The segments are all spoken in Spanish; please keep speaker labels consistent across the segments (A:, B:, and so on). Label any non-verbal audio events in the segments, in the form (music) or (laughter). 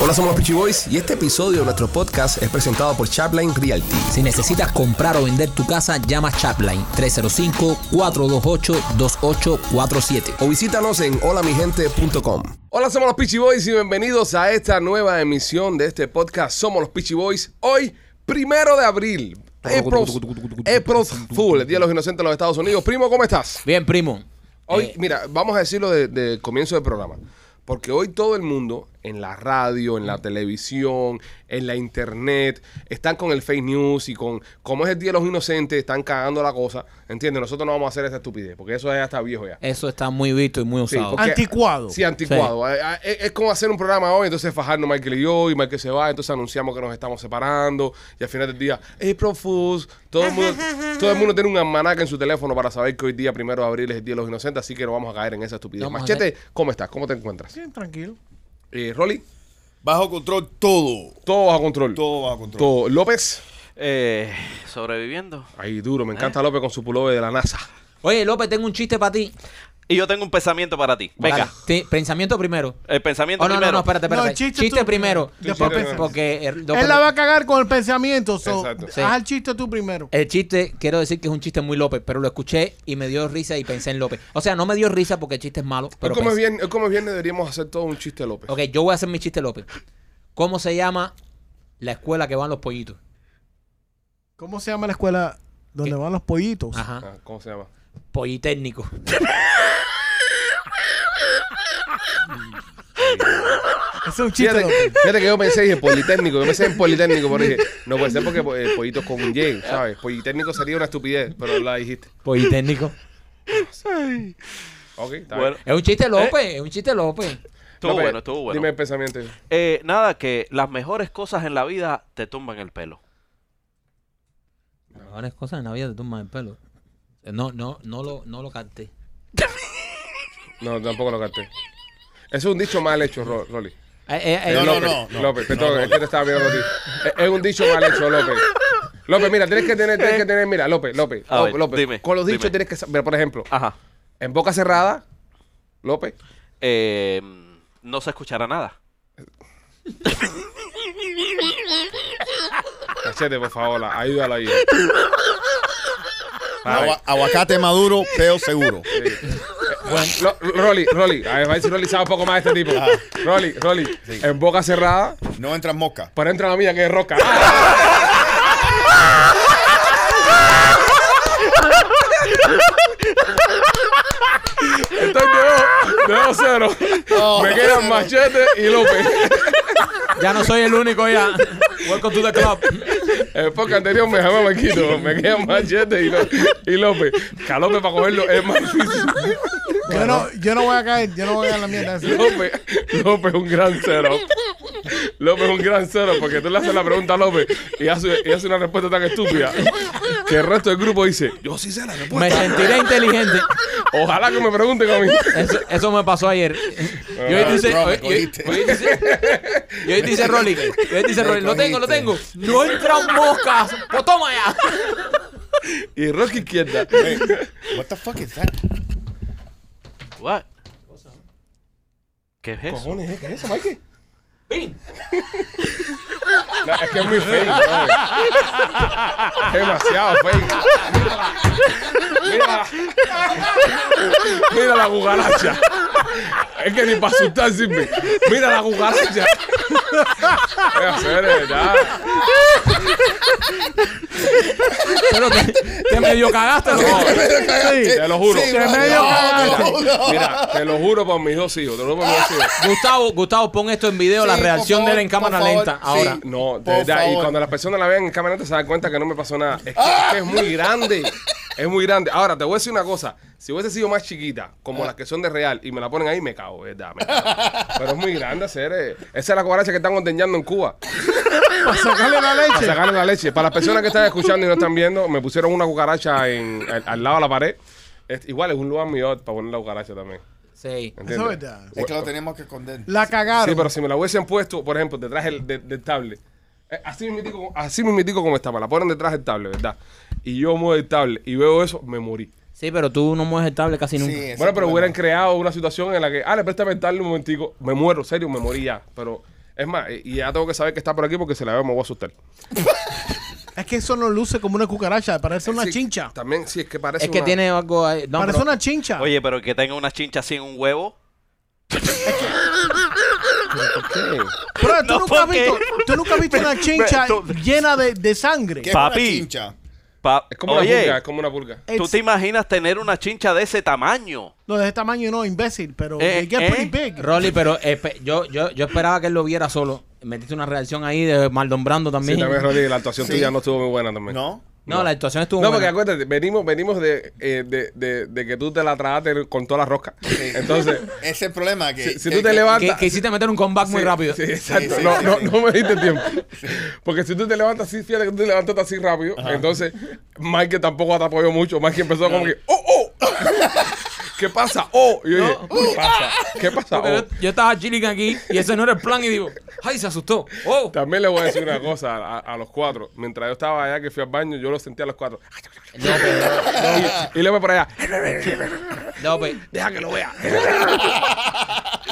A: Hola, somos los Peachy Boys y este episodio de nuestro podcast es presentado por Chapline Realty.
B: Si necesitas comprar o vender tu casa, llama Chapline 305-428-2847.
A: O visítanos en holamigente.com. Hola, somos los Peachy Boys y bienvenidos a esta nueva emisión de este podcast. Somos los Peachy Boys. Hoy, primero de abril. April's, April's Fool, el Día de los Inocentes de los Estados Unidos. Primo, ¿cómo estás?
B: Bien, primo. Eh,
A: Hoy, mira, vamos a decirlo desde el comienzo del programa. Porque hoy todo el mundo, en la radio, en la televisión, en la internet, están con el fake news y con, como es el Día de los Inocentes, están cagando la cosa. ¿Entiendes? Nosotros no vamos a hacer esa estupidez, porque eso ya está viejo ya.
B: Eso está muy visto y muy
A: Sí,
B: usado.
A: porque-
C: Anticuado.
A: Sí, anticuado. Eh, eh, Es, como hacer un programa hoy, entonces fajarnos Michael y yo, y Michael se va, entonces anunciamos que nos estamos separando, y al final del día, es profus. Todo el, mundo, todo el mundo tiene un almanaque en su teléfono para saber que hoy día, primero de abril, es el Día de los Inocentes, así que no vamos a caer en esa estupidez.
B: Vamos a
A: Machete, ¿cómo estás? ¿Cómo te encuentras?
C: Sí, tranquilo.
A: Eh, Rolly,
D: Bajo control todo.
A: todo bajo control.
D: Todo bajo control.
A: Todo. López,
E: Eh, sobreviviendo.
A: ahí duro, me
B: Eh.
A: encanta López con su pullover de la NASA.
B: Oye, López, tengo un chiste para ti.
E: Y yo tengo un pensamiento para ti. Venga.
B: Vale, te- pensamiento primero.
E: El pensamiento
B: Oh, no, no,
E: primero.
B: no, espérate, espérate.
C: No, el
B: chiste
C: chiste tú-
B: primero.
C: Después
A: Sí, sí,
C: pensamos.
B: Porque el,
C: Él la va a cagar con el pensamiento. So,
A: Exacto.
C: Haz
B: Sí. Eh.
C: el chiste tú primero.
B: el chiste, quiero decir que es un chiste muy López, pero lo escuché y me dio risa y pensé en López. O sea, no me dio risa porque el chiste es malo, pero
A: Hoy
B: pues- Ah.
A: como, es
B: pensé-
A: viernes, hoy como es viernes deberíamos hacer todo un chiste López.
B: Ok, yo voy a hacer mi chiste López. ¿Cómo se llama la escuela que van los pollitos?
C: ¿Cómo se llama la escuela donde
B: ¿Qué?
C: van los pollitos?
B: Ajá,
A: Ah, ¿Cómo se llama?
B: politécnico.
C: Ese es un chiste.
A: Fíjate,
C: loco.
A: fíjate que yo pensé, dije, politécnico. Yo pensé en politécnico, pero dije, no puede ser porque eh, pollito es con un Y, ¿sabes? Politécnico sería una estupidez, pero la dijiste.
B: Politécnico.
A: Ok, está
E: Bueno,
A: bien.
B: Es un chiste López, es un chiste López.
E: estuvo
A: López,
E: bueno, estuvo bueno.
A: Dime el pensamiento.
E: Eh, nada, que las mejores cosas en la vida te tumban el pelo.
B: Las mejores cosas en la vida te tumban el pelo. No, no, no lo, no lo canté.
A: No, tampoco lo canté. Eso es un dicho mal hecho, Ro- Rolly.
B: Eh, eh, eh,
A: Eh,
D: No, no,
A: López,
D: no, no.
A: López,
D: No,
A: perdón,
D: no,
A: es que te estaba mirando a ti. Es, es un dicho mal hecho, López. López, mira, tienes que tener, tienes que tener, mira, López, López,
E: A ver,
A: López, López,
E: dime,
A: con los dichos
E: dime.
A: tienes que, sa- mira, por ejemplo,
E: Ajá.
A: en boca cerrada, López,
E: Eh, no se escuchará nada.
A: cachete, por favor, la- ayúdala ahí.
D: Agua- aguacate maduro, peo seguro.
A: Lo- Rolly, Rolly, a ver, a ver si Rolly sabe un poco más de este tipo. Rolly, Rolly, en boca cerrada,
D: No entran moscas.
A: pero entra la mía que es roca. Estoy de 2 cero. Me quedan Machete y López.
B: Ya no soy el único ya. (laughs) Welcome to the club.
A: En el podcast anterior me llamaba Marquito. Me quedan Machete y, Ló- y López. Que a López para cogerlo es más difícil.
C: Yo no, yo no voy a caer, yo no voy a caer en la mierda. esa.
A: López, López es un gran cero. (laughs) López es un gran cero porque tú le haces la pregunta a López y hace, y hace una respuesta tan estúpida que el resto del grupo dice, yo sí sé la respuesta.
B: Me sentiré inteligente.
A: Ojalá que me pregunten a mí.
B: Eso, eso me pasó ayer. Y hoy dice,
D: bro, me
B: oye, oye,
D: cogiste.
B: oye, dice, y hoy dice Rolly, y hoy dice
D: Me
B: Rolly, lo tengo, lo tengo.
D: cogiste.
B: No entran moscas, pues toma ya.
A: Y Rocky izquierda.
D: (laughs) Hey, what the fuck is that?
E: What? ¿Qué es eso?
A: ¿Qué es eso, Mikey?
B: Pin.
A: No, es que es muy fake, bro. Es demasiado fake. Mira, mira la cucaracha. Es que ni para asustar sirve. Mira la cucaracha. Voy a hacer, de verdad.
B: Pero que, que medio cagaste,
A: No,
B: ¿no?
A: te lo juro.
D: Sí,
A: Te
D: no,
C: medio
D: no,
C: cagaste.
D: no, no.
A: Mira, te lo juro por mis dos hijos. Te lo juro por mis dos hijos.
B: Gustavo, Gustavo, pon esto en video, la
D: Sí,
B: reacción
D: por
B: de él en
D: favor,
B: cámara
D: por
B: lenta.
D: favor,
B: Ahora.
D: sí.
A: No, de
D: Por
A: verdad. Y
D: favor.
A: cuando las personas la vean en cámara lenta se dan cuenta que no me pasó nada. Es que, es que es muy grande. Es muy grande. Ahora, te voy a decir una cosa. Si hubiese sido más chiquita, como las que son de real, y me la ponen ahí, me cago, de ¿verdad? me cago. Pero es muy grande hacer. eh. Esa es la cucaracha que están ordeñando en Cuba.
C: Para sacarle la
A: Para
C: leche.
A: sacarle la leche. Para las personas que están escuchando y no están viendo, me pusieron una cucaracha en, al, al lado de la pared. Es- igual es un lugar mío para poner la cucaracha también.
B: Sí.
A: ¿entiendes?
C: Eso es verdad.
D: Es que lo tenemos que esconder.
C: La
A: Sí,
C: cagaron.
A: pero si me la hubiesen puesto, por ejemplo, detrás del, del- del tablet. eh, Así mismitico, así mismitico como está, me la ponen detrás del tablet, ¿verdad? Y yo muevo el tablet y veo eso, me morí.
B: Sí, pero tú no mueves el tablet casi nunca.
D: Sí, ese
A: bueno, pero
D: problema.
A: hubieran creado una situación en la que, ah, le préstame el tablet un momentico, me muero, serio, me morí ya. Pero Es más, y ya tengo que saber que está por aquí porque se la veo, me voy a asustar.
C: Es que eso no luce como una cucaracha, parece una
A: Sí,
C: chincha.
A: También, sí, es que parece
B: Es que
A: una-
B: tiene algo ahí. No,
C: parece
B: pero-
C: una chincha.
E: Oye, pero que tenga una chincha sin un huevo.
A: ¿Por qué?
C: Pero tú,
E: No,
C: nunca has
E: porque-
C: visto, tú nunca has visto una chincha
E: tú-
C: llena de, de sangre.
D: ¿Qué
E: Papi.
D: es una chincha?
E: Pa-
A: Es como una
E: Oye,
A: pulga, es como una pulga.
E: ¿tú
C: It's-
E: te imaginas tener una chincha de ese tamaño?
C: No, de ese tamaño no, imbécil, pero
E: Eh,
C: they get
E: eh.
C: pretty big.
B: Rolly, pero espe- yo, yo, yo esperaba que él lo viera solo. Metiste una reacción ahí de Maldonbrando
A: Sí,
B: también.
A: también, Rolly, la actuación
D: Sí.
A: tuya no estuvo muy buena también.
D: ¿No?
B: no, la actuación estuvo
A: No, porque
B: buena.
A: acuérdate, venimos, venimos de, eh, de, de, de que tú te la tragaste con toda la rosca. Entonces,
D: Ese es el problema. Que,
A: si, si
D: que-
A: tú te
D: que-
A: levantas...
B: Que, que hiciste meter un comeback muy
A: Sí,
B: rápido.
A: sí, exacto.
D: sí,
A: no,
D: sí,
A: no,
D: sí.
A: no me diste tiempo. (laughs) Porque si tú te levantas así, fíjate que tú te levantaste así rápido. Entonces, Mike que tampoco te apoyó mucho. Mike empezó como que, ¡oh, (laughs) oh! ¿Qué pasa? ¡Oh! Y yo dije,
B: (laughs)
A: ¿qué pasa? ¿Qué pasa?
B: Porque
A: Oh.
B: yo, yo estaba chilling aquí y ese no era el plan y digo, ay, se asustó. Oh.
A: También le voy a decir una cosa a, a- a los cuatro. Mientras yo estaba allá que fui al baño, yo lo sentía a los cuatro.
B: No, pero-
A: Y, y luego para allá,
B: no, pero-
A: deja que lo vea.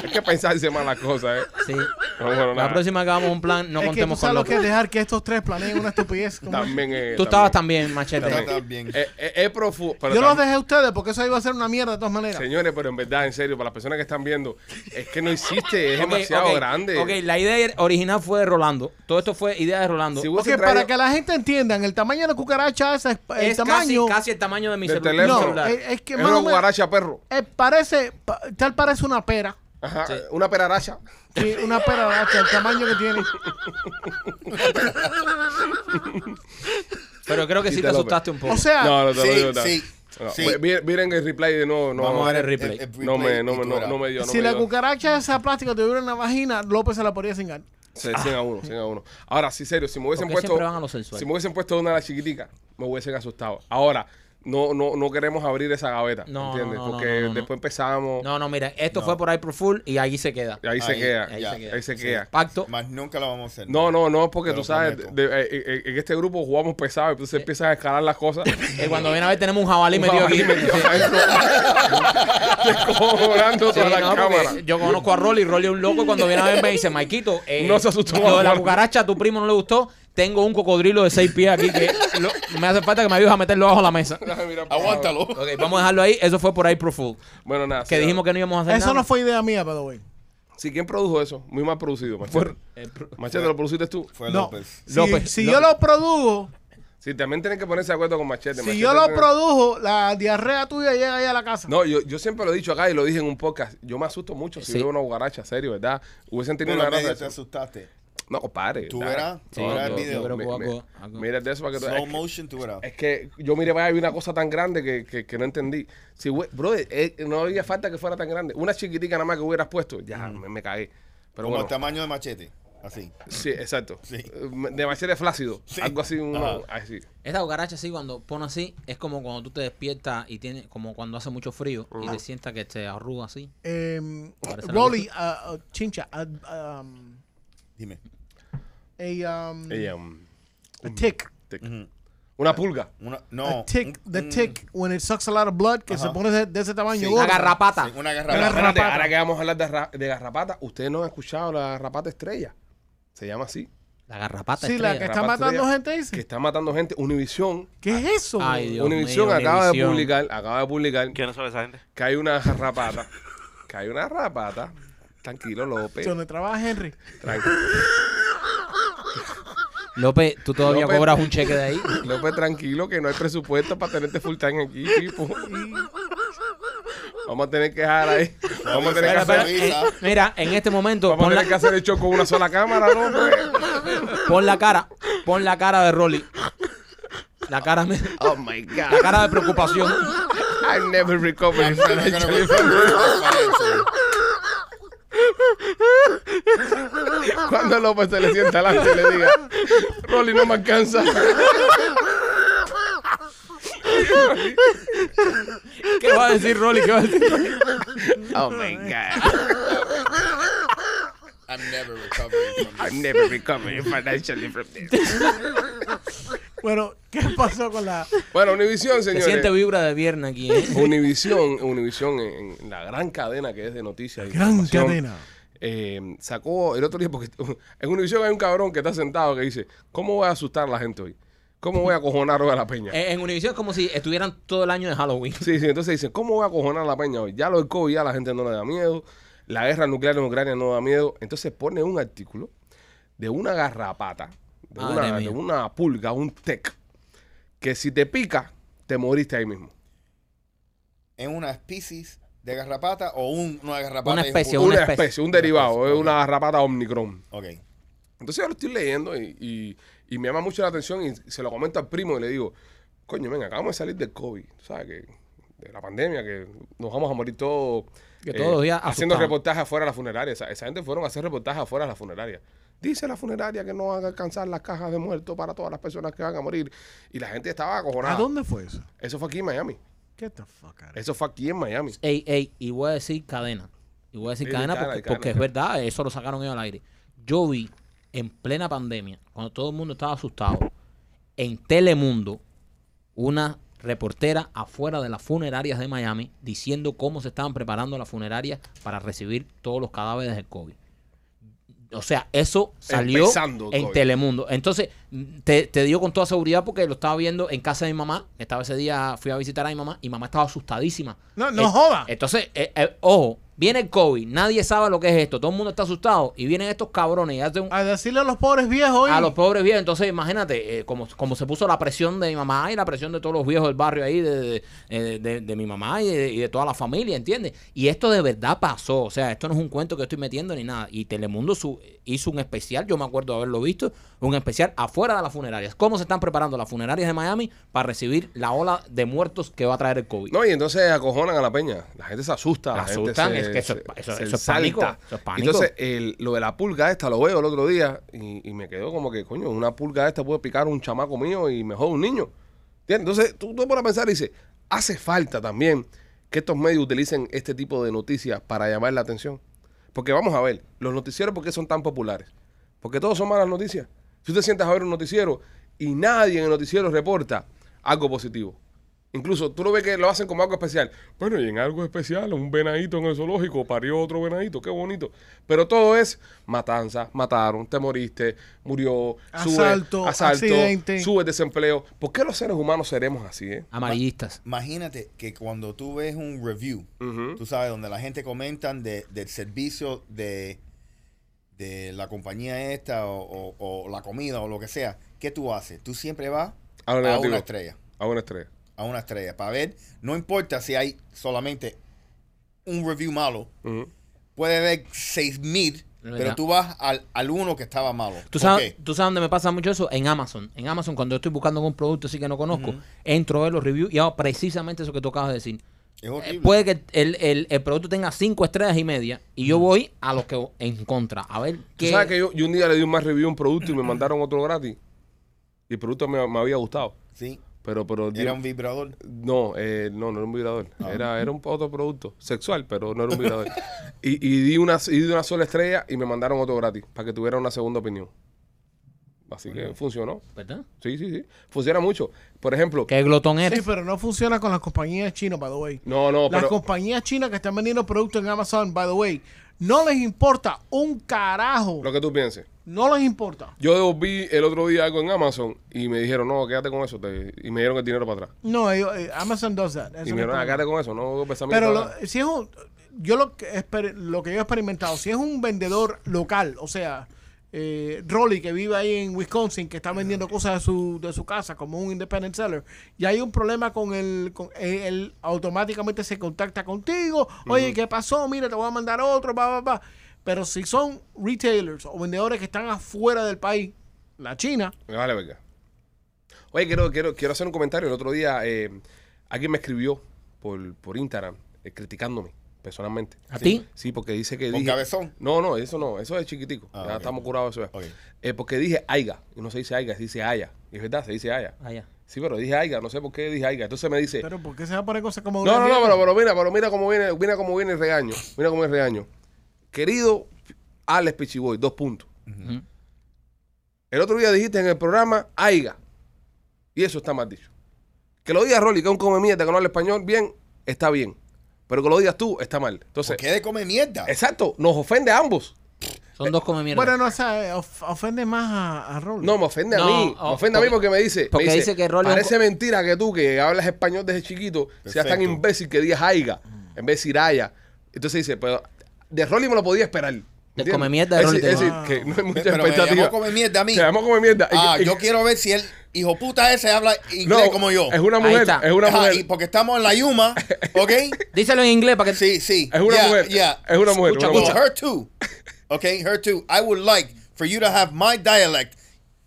A: Hay que pensarse más las cosas, ¿eh?
B: sí.
A: No, bueno,
B: La
A: nada.
B: próxima que hagamos un plan, no
C: es que tú
B: contemos con
C: sabes
B: los
C: lo que es dejar que estos tres planeen una estupidez. como-
A: También, eh,
B: Tú estabas también, machete.
D: También. bien.
A: Eh, eh, es profu- pero
C: Yo los
A: también-
C: dejé a ustedes porque eso iba a ser una mierda de todas maneras.
A: Señores, pero en verdad, en serio, para las personas que están viendo, es que no existe, es
B: (laughs) Ok,
A: demasiado
B: ok,
A: grande.
B: Ok, la idea original fue de Rolando. Todo esto fue idea de Rolando.
A: Si
B: es
A: vos
C: Porque
A: se trae-
C: para que la gente entienda, en el tamaño de la cucaracha esa es el
B: casi-
C: tamaño.
B: Casi, el tamaño de mi
A: Del
B: celu-
A: teléfono.
B: celular.
C: No, es, es que
A: es
C: más
A: una
C: o menos,
A: guaracha perro.
C: eh, parece, pa- tal parece una pera.
A: Ajá, una peraracha.
C: Sí, una pera, hasta el tamaño que tiene.
B: Pero creo que sí
A: Sí,
B: te
A: te lo-
B: asustaste un poco.
C: eh, O
A: (laughs)
C: sea,
A: No, no te
D: sí,
A: lo digo. no.
D: sí,
A: No,
D: sí.
A: mi- mi- Miren el replay de no, no,
D: Vamos a ver el
B: replay.
D: replay.
A: no me, no, me,
D: y
A: no,
D: tú
A: no me dio. No
C: si
A: me
C: la
A: dio.
C: cucaracha esa plástica tuviera una vagina, López se la podría cingar.
A: Sí, 100 a 1, 100 a 1. Ahora, sí, serio, si me hubiesen
B: ¿Por qué
A: puesto.
B: siempre van a lo sensual?
A: Si me hubiesen puesto una de las chiquiticas, me hubiesen asustado. Ahora, no, no, no queremos abrir esa gaveta.
B: No,
A: ¿Entiendes?
B: no, no, no,
A: Porque
B: no, no.
A: después empezamos.
B: no, no, mira, esto fue por iProfull y ahí se queda.
A: Y ahí, se
D: Ahí,
A: queda.
B: ahí
D: ya,
B: se queda.
A: Ahí se queda.
B: Pacto.
D: Más nunca lo vamos a hacer.
A: No, no, no, porque
D: Te
A: tú
D: lo
A: sabes,
D: prometo.
A: de- eh, eh, en este grupo jugamos pesado, entonces empiezan a escalar las cosas.
B: (laughs) Eh, cuando viene a ver tenemos un jabalí
A: Un
B: metido
A: jabalí
B: aquí.
A: metido
B: (laughs) Sí.
A: adentro. (laughs) Descojonando
B: Sí,
A: toda la
B: no, porque
A: cámara.
B: Yo conozco a Rolly, Rolly es un loco y cuando viene a ver me
A: (laughs)
B: dice, Maikito, eh,
A: No se asustó,
B: Lo de la
A: Juan".
B: cucaracha a tu primo no le gustó. Tengo un cocodrilo de seis pies aquí que lo- me hace falta que me ayudes a meterlo bajo la mesa.
A: Ay, mira, por favor.
D: Aguántalo.
B: Ok, vamos a dejarlo ahí. Eso fue por iProfull.
A: Bueno, nada.
B: Que
A: sí,
B: dijimos que no íbamos a hacer
C: Eso
B: nada.
C: no fue idea mía, pero güey.
A: Sí, ¿quién produjo eso? Muy mal producido, Machete.
B: Eh, pro-
A: Machete, ¿lo produciste tú?
D: Fue
C: No.
D: López.
C: Si,
B: López,
C: si
B: López.
C: yo lo produjo,
A: Sí, también tienen que ponerse de acuerdo con Machete.
C: si
A: Machete
C: yo lo
A: tiene-
C: produjo, la diarrea tuya llega ahí a la casa.
A: No, yo, yo siempre lo he dicho acá y lo dije en un podcast. Yo me asusto mucho si
B: Sí.
A: veo una guaracha, serio, ¿verdad? Hubiesen
D: Tú
A: tenido
D: en
A: una
D: la media
A: grasa.
D: te asustaste.
A: No, compadre.
D: Tú
A: ¿verdad?
D: verás,
B: Sí,
D: tú verás el
B: yo- yo creo
D: video.
B: que
A: Mi-
B: hago-
A: mi-
B: hago-
A: Mira de eso para que tú.
D: Slow
A: Es,
D: motion, tú verás.
A: es que yo miré para allá y vi una cosa tan grande que, que, que no entendí. Si, hue- brother, eh, no había falta que fuera tan grande. Una chiquitica nada más que hubieras puesto, ya me, me cagué. Pero
D: Como
A: bueno,
D: el tamaño de machete. Así.
A: sí, exacto.
D: (laughs) Sí.
A: Eh, De machete flácido.
D: Sí.
A: Algo así, uno,
D: Ajá.
A: así.
B: Esta cucaracha así cuando pone así es como cuando tú te despiertas y tiene como cuando hace mucho frío y te sientas que te arruga así.
C: Em,
B: Parece
C: Rolly, ah, ah, chincha, ah, ah, um,
D: Dime.
C: a, um,
A: Ella, um,
C: a tick.
A: tic. Una pulga.
D: Una, no.
C: a tick,
D: un-
C: the
D: un-
C: tick, when it sucks a lot of blood, que se
D: Ajá.
C: pone de, de ese tamaño.
D: Sí.
C: gordo.
B: Una garrapata.
D: sí, una
A: Pero
D: garrapata.
A: espérate, ahora que vamos a hablar de, ra- de garrapata, ustedes no han escuchado la garrapata estrella. Se llama así.
B: La garrapata
C: Sí, la
B: estrella.
C: que está
A: Garrapata estrella.
C: matando gente,
A: Que
C: dice.
A: está matando gente. Univisión.
C: ¿Qué es eso?
B: Ay, Dios
A: Univisión
B: mío,
A: acaba de
B: Univisión.
A: publicar, acaba de publicar
E: ¿Quiénes son esa gente?
A: que hay una garrapata. que hay una garrapata. Tranquilo, López.
C: Donde trabaja Henry.
A: Tranqui-
B: López, tú todavía
A: López.
B: cobras un cheque de ahí.
A: López, tranquilo, que no hay presupuesto para tenerte full time aquí, tipo. Vamos a tener que dejar ahí. Vamos a tener que
D: Espera,
A: hacer,
D: espera.
B: Eh, mira, en este momento
A: vamos a
B: pon
A: tener
B: la,
A: que hacer el show con una sola cámara, López.
B: pon la cara, pon la cara de Rolly. La cara, me-
A: Oh my
B: la
A: God.
B: cara de preocupación.
A: I never recovered
D: I'm not gonna go-
A: Cuando López se le sienta adelante y le diga, Rolly no me alcanza.
B: ¿Qué va a decir Rolly? ¿Qué va a decir?
A: Oh my God.
D: I'm never recovering from this.
A: I never recovered financially from this.
C: Bueno, ¿qué pasó con la...?
A: Bueno, Univision,
B: Se siente
A: señores.
B: vibra de viernes aquí. ¿eh?
A: Univision, Univision en, en la gran cadena que es de noticias. y
C: Gran
A: información,
C: cadena.
A: eh, sacó el otro día, porque (laughs) en Univision hay un cabrón que está sentado que dice, ¿cómo voy a asustar a la gente hoy? ¿Cómo voy a acojonar hoy a la peña?
B: Eh, En, en Univision es como si estuvieran todo el año de Halloween.
A: Sí, sí, entonces dicen, ¿cómo voy a acojonar a la peña hoy? Ya lo del COVID ya la gente no le da miedo, la guerra nuclear en Ucrania no da miedo. Entonces pone un artículo de una garrapata, de,
B: Madre
A: una, de
B: mía.
A: una pulga, un tec, que si te pica, te moriste ahí mismo.
D: ¿Es una especie de garrapata o un- una garrapata?
B: Una
D: es un
B: especie,
D: pulpo?
A: Una,
B: una
A: especie,
B: especie.
A: un derivado,
D: Una
A: es
D: especie,
A: una garrapata omnicron.
D: Ok.
A: Entonces yo lo estoy leyendo y, y- y me llama mucho la atención y se lo comento al primo y le digo, coño, venga, acabamos de salir del COVID, tú ¿sabes? Que, de la pandemia, que nos vamos a morir todos. eh,
B: Que todos los días
A: Haciendo
B: asustados.
A: reportajes afuera de la funeraria. Esa, esa gente fueron a hacer reportajes afuera de la funeraria. Dice la funeraria que no van a alcanzar las cajas de muertos para todas las personas que van a morir. Y la gente estaba
C: ¿A
A: acojonada.
C: dónde fue eso?
A: Eso fue aquí en Miami.
C: Get the fuck out of here.
A: Eso fue aquí en Miami.
B: Ey, ey, y voy a decir cadena. Y voy a decir
A: Sí,
B: cadena,
A: cadena,
B: porque,
A: cadena,
B: porque es
A: cadena.
B: verdad, eso lo sacaron ellos al aire. Yo vi en plena pandemia, cuando todo el mundo estaba asustado, en Telemundo, una reportera afuera de las funerarias de Miami diciendo cómo se estaban preparando las funerarias para recibir todos los cadáveres del COVID. O sea, eso salió
A: Empezando el
B: en
A: COVID.
B: Telemundo. Entonces, mm, te, te digo con toda seguridad porque lo estaba viendo en casa de mi mamá. Estaba ese día, fui a visitar a mi mamá y mamá estaba asustadísima.
C: No, no joda.
B: Entonces, eh, eh, ojo, viene el COVID, nadie sabe lo que es esto, todo el mundo está asustado y vienen estos cabrones y hacen un-
C: A decirle a los pobres viejos.
B: a
C: oye.
B: los pobres viejos. Entonces, imagínate, eh, como, como se puso la presión de mi mamá y la presión de todos los viejos del barrio ahí, de, de- eh, de- de mi mamá y de, y de toda la familia, ¿entiendes? Y esto de verdad pasó. O sea, esto no es un cuento que estoy metiendo ni nada. Y Telemundo su- hizo un especial, yo me acuerdo de haberlo visto, un especial afuera de las funerarias. ¿Cómo se están preparando las funerarias de Miami para recibir la ola de muertos que va a traer el COVID?
A: No, y entonces acojonan a la peña. La gente se asusta. La gente
B: Asustan,
A: se-
B: es que eso es
A: se-
B: pa- eso-
A: se
B: eso es pánico, eso es pánico.
A: Entonces, el- lo de la pulga esta lo veo el otro día y, y me quedó como que, coño, una pulga esta puede picar un chamaco mío y mejor un niño. ¿Entiendes? Entonces, tú te pones a pensar y dices, hace falta también que estos medios utilicen este tipo de noticias para llamar la atención. Porque vamos a ver, los noticieros, ¿por qué son tan populares? Porque todos son malas noticias. Si tú te sientas a ver un noticiero y nadie en el noticiero reporta algo positivo. Incluso tú lo ves que lo hacen como algo especial. Bueno, y en algo especial, un venadito en el zoológico parió otro venadito, qué bonito. Pero todo es matanza, mataron, te moriste, murió, sube,
C: Asalto, accidente.
A: sube desempleo. ¿Por qué los seres humanos seremos así, eh?
B: Amarillistas.
D: Imagínate que cuando tú ves un review,
A: Ujú.
D: tú sabes, donde la gente comentan de, del servicio de, de la compañía esta o, o- o la comida o lo que sea, ¿qué tú haces? Tú siempre vas
A: A
D: a,
A: lo negativo.
D: una estrella,
A: A una estrella.
D: a una estrella, para ver, no importa si hay solamente un review malo,
A: Ujú.
D: puede haber 6000,
B: verdad.
D: pero tú vas al, al uno que estaba malo.
B: ¿Tú
D: ¿Por
B: sabes,
D: qué?
B: ¿Tú sabes dónde me pasa mucho eso? En Amazon. En Amazon, cuando yo estoy buscando un producto así que no conozco, entro a ver los reviews y hago precisamente eso que tú acabas de decir.
D: Es
B: Eh,
D: horrible.
B: puede que el, el- el producto tenga cinco estrellas y media y yo voy a los que en contra. A ver
A: Tú
B: qué.
A: sabes que yo, yo un día le di un más review a un producto y me mandaron otro gratis. Y el producto me, me había gustado.
D: Sí,
A: Pero, pero.
D: era un vibrador.
A: No, eh, no, no era un vibrador. Era, era un otro producto sexual, pero no era un vibrador. y, y di una, y di una sola estrella y me mandaron otro gratis para que tuviera una segunda opinión. Así que funcionó.
B: ¿Verdad?
A: Sí, sí, sí. Funciona mucho. Por ejemplo,
B: ¿Qué glotón eres?
C: Sí, pero no funciona con las compañías chinas, by the way.
A: no, no,
C: las
A: pero
C: compañías chinas que están vendiendo productos en Amazon, by the way, no les importa un carajo.
A: lo que tú pienses.
C: No les importa.
A: Yo devolví el otro día algo en Amazon y me dijeron, no, quédate con eso. te- y me dieron el dinero para atrás.
C: No, ellos- eh, Amazon does
A: Y
C: that. Eso no
A: me
C: es
A: dijeron, ah,
C: problema.
A: quédate con eso, no pensamiento.
C: Pero
A: nada".
C: lo- si es un, yo lo que, exper- lo que yo he experimentado, si es un vendedor local, o sea, eh, Rolly que vive ahí en Wisconsin, que está vendiendo cosas de su, de su casa como un independent seller, y hay un problema con el, con- eh, él automáticamente se contacta contigo, oye, ¿qué pasó? Mira, te voy a mandar otro, va, va, va. Pero si son retailers o vendedores que están afuera del país, la China,
A: Me vale verga. Oye, quiero, quiero, quiero hacer un comentario. El otro día eh, alguien me escribió por, por Instagram eh, criticándome personalmente.
B: ¿A ti?
A: Sí, porque dice que
D: ¿Con
A: dije...
D: cabezón?
A: No, no, eso no. Eso es chiquitico.
D: Ah,
A: ya
D: ok.
A: estamos curados de eso. ya.
D: Ok.
A: Eh, porque dije aiga. Y no se dice aiga, se dice haya. Y es verdad, se dice haya.
B: Ah, ya.
A: Sí, pero dije aiga. No sé por qué dije aiga. Entonces me dice...
C: pero ¿por qué se va a poner cosas como...
A: No,
C: una
A: no, no,
C: mierda?
A: pero, pero mira, pero mira cómo viene, mira cómo viene el regaño. Mira cómo viene el regaño. Querido Alex Pichiboy, dos puntos.
B: Ujú.
A: El otro día dijiste en el programa Aiga. Y eso está mal dicho. Que lo diga Rolly, que es un come mierda que no habla español bien, está bien. Pero que lo digas tú está mal. Entonces,
D: ¿Por qué de come mierda?
A: exacto, nos ofende a ambos.
B: Son dos come mierda.
C: Bueno, no, o sea, eh, of- ofende más a, a Rolly.
A: No, me ofende
B: No,
A: a mí.
B: oh,
A: me ofende a mí
B: porque-
A: porque me dice. me
B: porque dice que Rolly es un
A: Parece
B: co-
A: mentira que tú, que hablas español desde chiquito, seas tan
D: Perfecto.
A: imbécil que digas aiga en vez de decir haya. Entonces dice, pero de Rolly me lo podía esperar. ¿me entiendes?
B: come mierda de
A: Es
B: Rolly
A: decir- Es
B: te-
A: decir, que no hay mucha
D: Ah. Pero me
A: expectativa.
D: llamó come mierda a mí.
A: Te llamó como mierda. Y-
D: Ah,
A: y-
D: yo quiero ver si el hijo puta ese habla inglés
A: no,
D: como yo.
A: Es una
B: Ahí
A: mujer.
B: está.
A: Es una
D: Ajá,
A: mujer.
D: y porque estamos en
A: (laughs)
D: la Yuma, ¿ok?
B: Díselo en inglés para que.
D: Sí, sí.
A: Es una
D: Yeah,
A: mujer.
D: yeah.
A: Es una mujer.
B: Escucha,
A: una
D: Well,
A: mujer.
B: escucha.
D: her too. Okay, her too. I would like for you to have my dialect,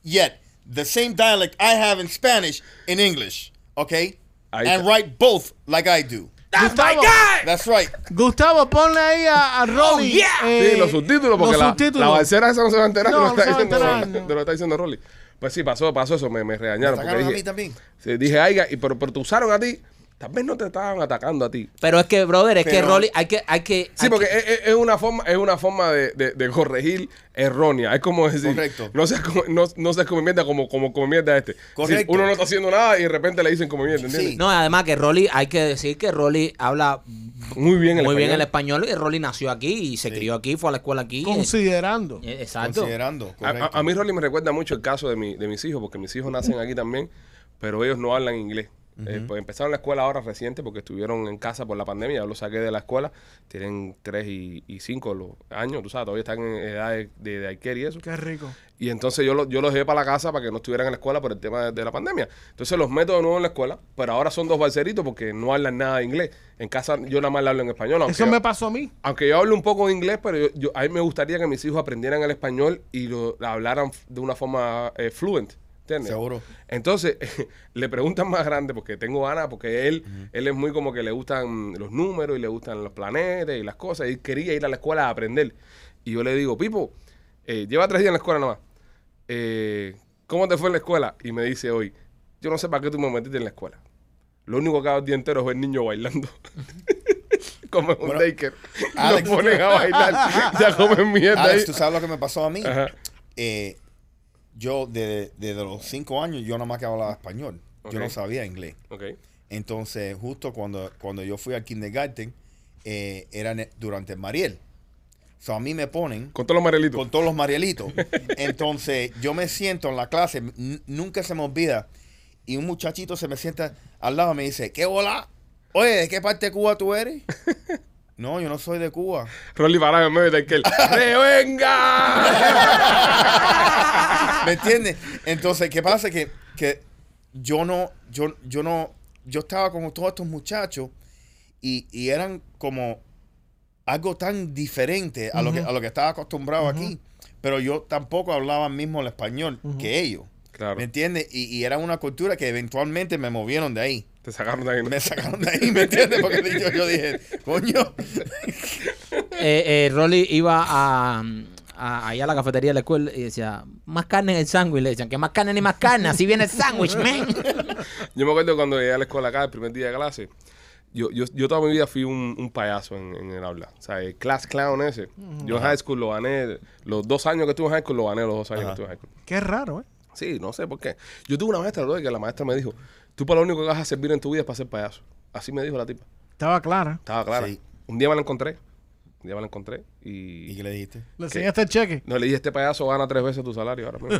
D: yet the same dialect I have in Spanish in English. Okay?
A: Ahí
D: and
A: está.
D: write both like I do.
C: Gustavo,
D: That's right.
C: Gustavo, ponle ahí
B: Oh,
C: a, a Rolly. eh,
A: Sí, los subtítulos, porque
C: los
A: la,
C: subtítulos.
A: la balsera esa no se va a enterar
C: No,
A: de, lo
C: no
A: que está
C: se va a
A: diciendo,
C: enterar,
A: de
C: no.
A: lo que está diciendo Rolly. Pues sí, pasó, pasó eso, me, me regañaron. porque
D: Sacaron a
A: dije-
D: mí también.
A: Sí, dije, aiga, y, pero, pero te usaron a ti. Tal vez no te estaban atacando a ti.
B: Pero es que, brother, es que
D: Pero-
B: Rolly, hay que. Hay que
A: Sí,
B: hay
A: porque
B: que-
A: es, es- es una forma, es una forma de, de- de corregir errónea. Es como decir,
D: Correcto.
A: no seas como, no, no seas como mierda como, como, como mierda este. Es decir,
D: Correcto.
A: uno no está haciendo nada y de repente le dicen como mierda, ¿entiendes?
D: Sí.
B: No, además que Rolly, hay que decir que Rolly habla muy
A: Muy bien el
B: bien el
A: español.
B: español y Rolly nació aquí y se crió aquí, fue a la escuela aquí. eh,
C: Considerando.
B: eh, Exacto.
D: Considerando.
A: A- A,
D: correcto.
A: a mí Rolly me recuerda mucho el caso de, mi- de mis hijos, porque mis hijos nacen aquí también, pero ellos no hablan inglés. Eh, pues empezaron la escuela ahora reciente porque estuvieron en casa por la pandemia, yo los saqué de la escuela, tienen 3 y 5 los años, tú sabes, todavía están en edad de, de, de daycare y eso.
C: Qué rico.
A: Y entonces yo, lo- yo los llevé para la casa para que no estuvieran en la escuela por el tema de, de la pandemia. Entonces los meto de nuevo en la escuela, pero ahora son dos balseritos porque no hablan nada de inglés. En casa yo nada más le hablo en español. aunque
C: Eso
A: yo-
C: me pasó a mí.
A: aunque yo hablo un poco de inglés, pero yo, yo- a mí me gustaría que mis hijos aprendieran el español y lo hablaran f- de una forma eh, fluent. ¿Entiendes?
D: Seguro.
A: Entonces, (laughs) le preguntan más grande, porque tengo ganas, porque él, él es muy como que le gustan los números y le gustan los planetas y las cosas, y quería ir a la escuela a aprender. Y yo le digo, Pipo, eh, lleva tres días en la escuela nada más. Eh, ¿Cómo te fue en la escuela? Y me dice hoy, yo no sé para qué tú me metiste en la escuela. Lo único que hago el día entero es ver niños bailando. (laughs) Comen un taker.
D: Alex.
A: Nos ponen a
D: (laughs)
A: bailar. ya comen mierda ahí.
D: Alex, tú sabes lo que me pasó a mí.
A: Ajá.
D: Eh, yo, desde desde los cinco años, yo nada más que hablaba español. Yo
A: Ok.
D: no sabía inglés.
A: Ok.
D: Entonces, justo cuando, cuando yo fui al kindergarten, eh, era en- durante el Mariel. O sea, a mí me ponen
A: Con todos los marelitos.
D: con todos los Marielitos. Entonces, yo me siento en la clase, n- nunca se me olvida, y un muchachito se me sienta al lado y me dice, ¿qué hola? Oye, ¿de qué parte de Cuba tú eres? No, yo no soy de Cuba.
A: Rolly parado en medio de
D: (laughs)
A: aquel. ¡Revenga!
D: ¿Me entiendes? Entonces, ¿qué pasa? Que, que yo no, yo, yo no, yo estaba con todos estos muchachos y, y eran como algo tan diferente a lo que, a lo que estaba acostumbrado aquí. Pero yo tampoco hablaba mismo el español que ellos.
A: Claro.
D: ¿Me entiendes? Y, y era una cultura que eventualmente me movieron de ahí.
A: Te sacaron de ahí. ¿no?
D: Me sacaron de ahí, ¿me entiendes? Porque yo, yo dije, coño.
B: Eh, eh, Rolly iba a, a- ahí a la cafetería de la escuela y decía, más carne en el sándwich. Le decían, que más carne ni más carne, así viene el sándwich, man.
A: Yo me acuerdo cuando llegué a la escuela acá, el primer día de clase, yo, yo, yo toda mi vida fui un, un payaso en, en el habla. O sea, el class clown ese. Yo en high school lo gané, los dos años que estuve en high school lo gané, los dos años que
D: Ajá.
A: estuve en high school.
C: Qué raro, ¿eh?
A: Sí, no sé por qué. Yo tuve una maestra, brother, que la maestra me dijo, tú para lo único que vas a servir en tu vida es para ser payaso. Así me dijo la tipa.
C: Estaba clara.
A: Estaba clara.
D: Sí.
A: Un día me la encontré. Un día me la encontré y...
D: ¿Y qué le dijiste?
C: Le enseñaste el cheque.
A: no, le dije, este payaso gana tres veces tu salario ahora
D: (laughs)
A: mismo.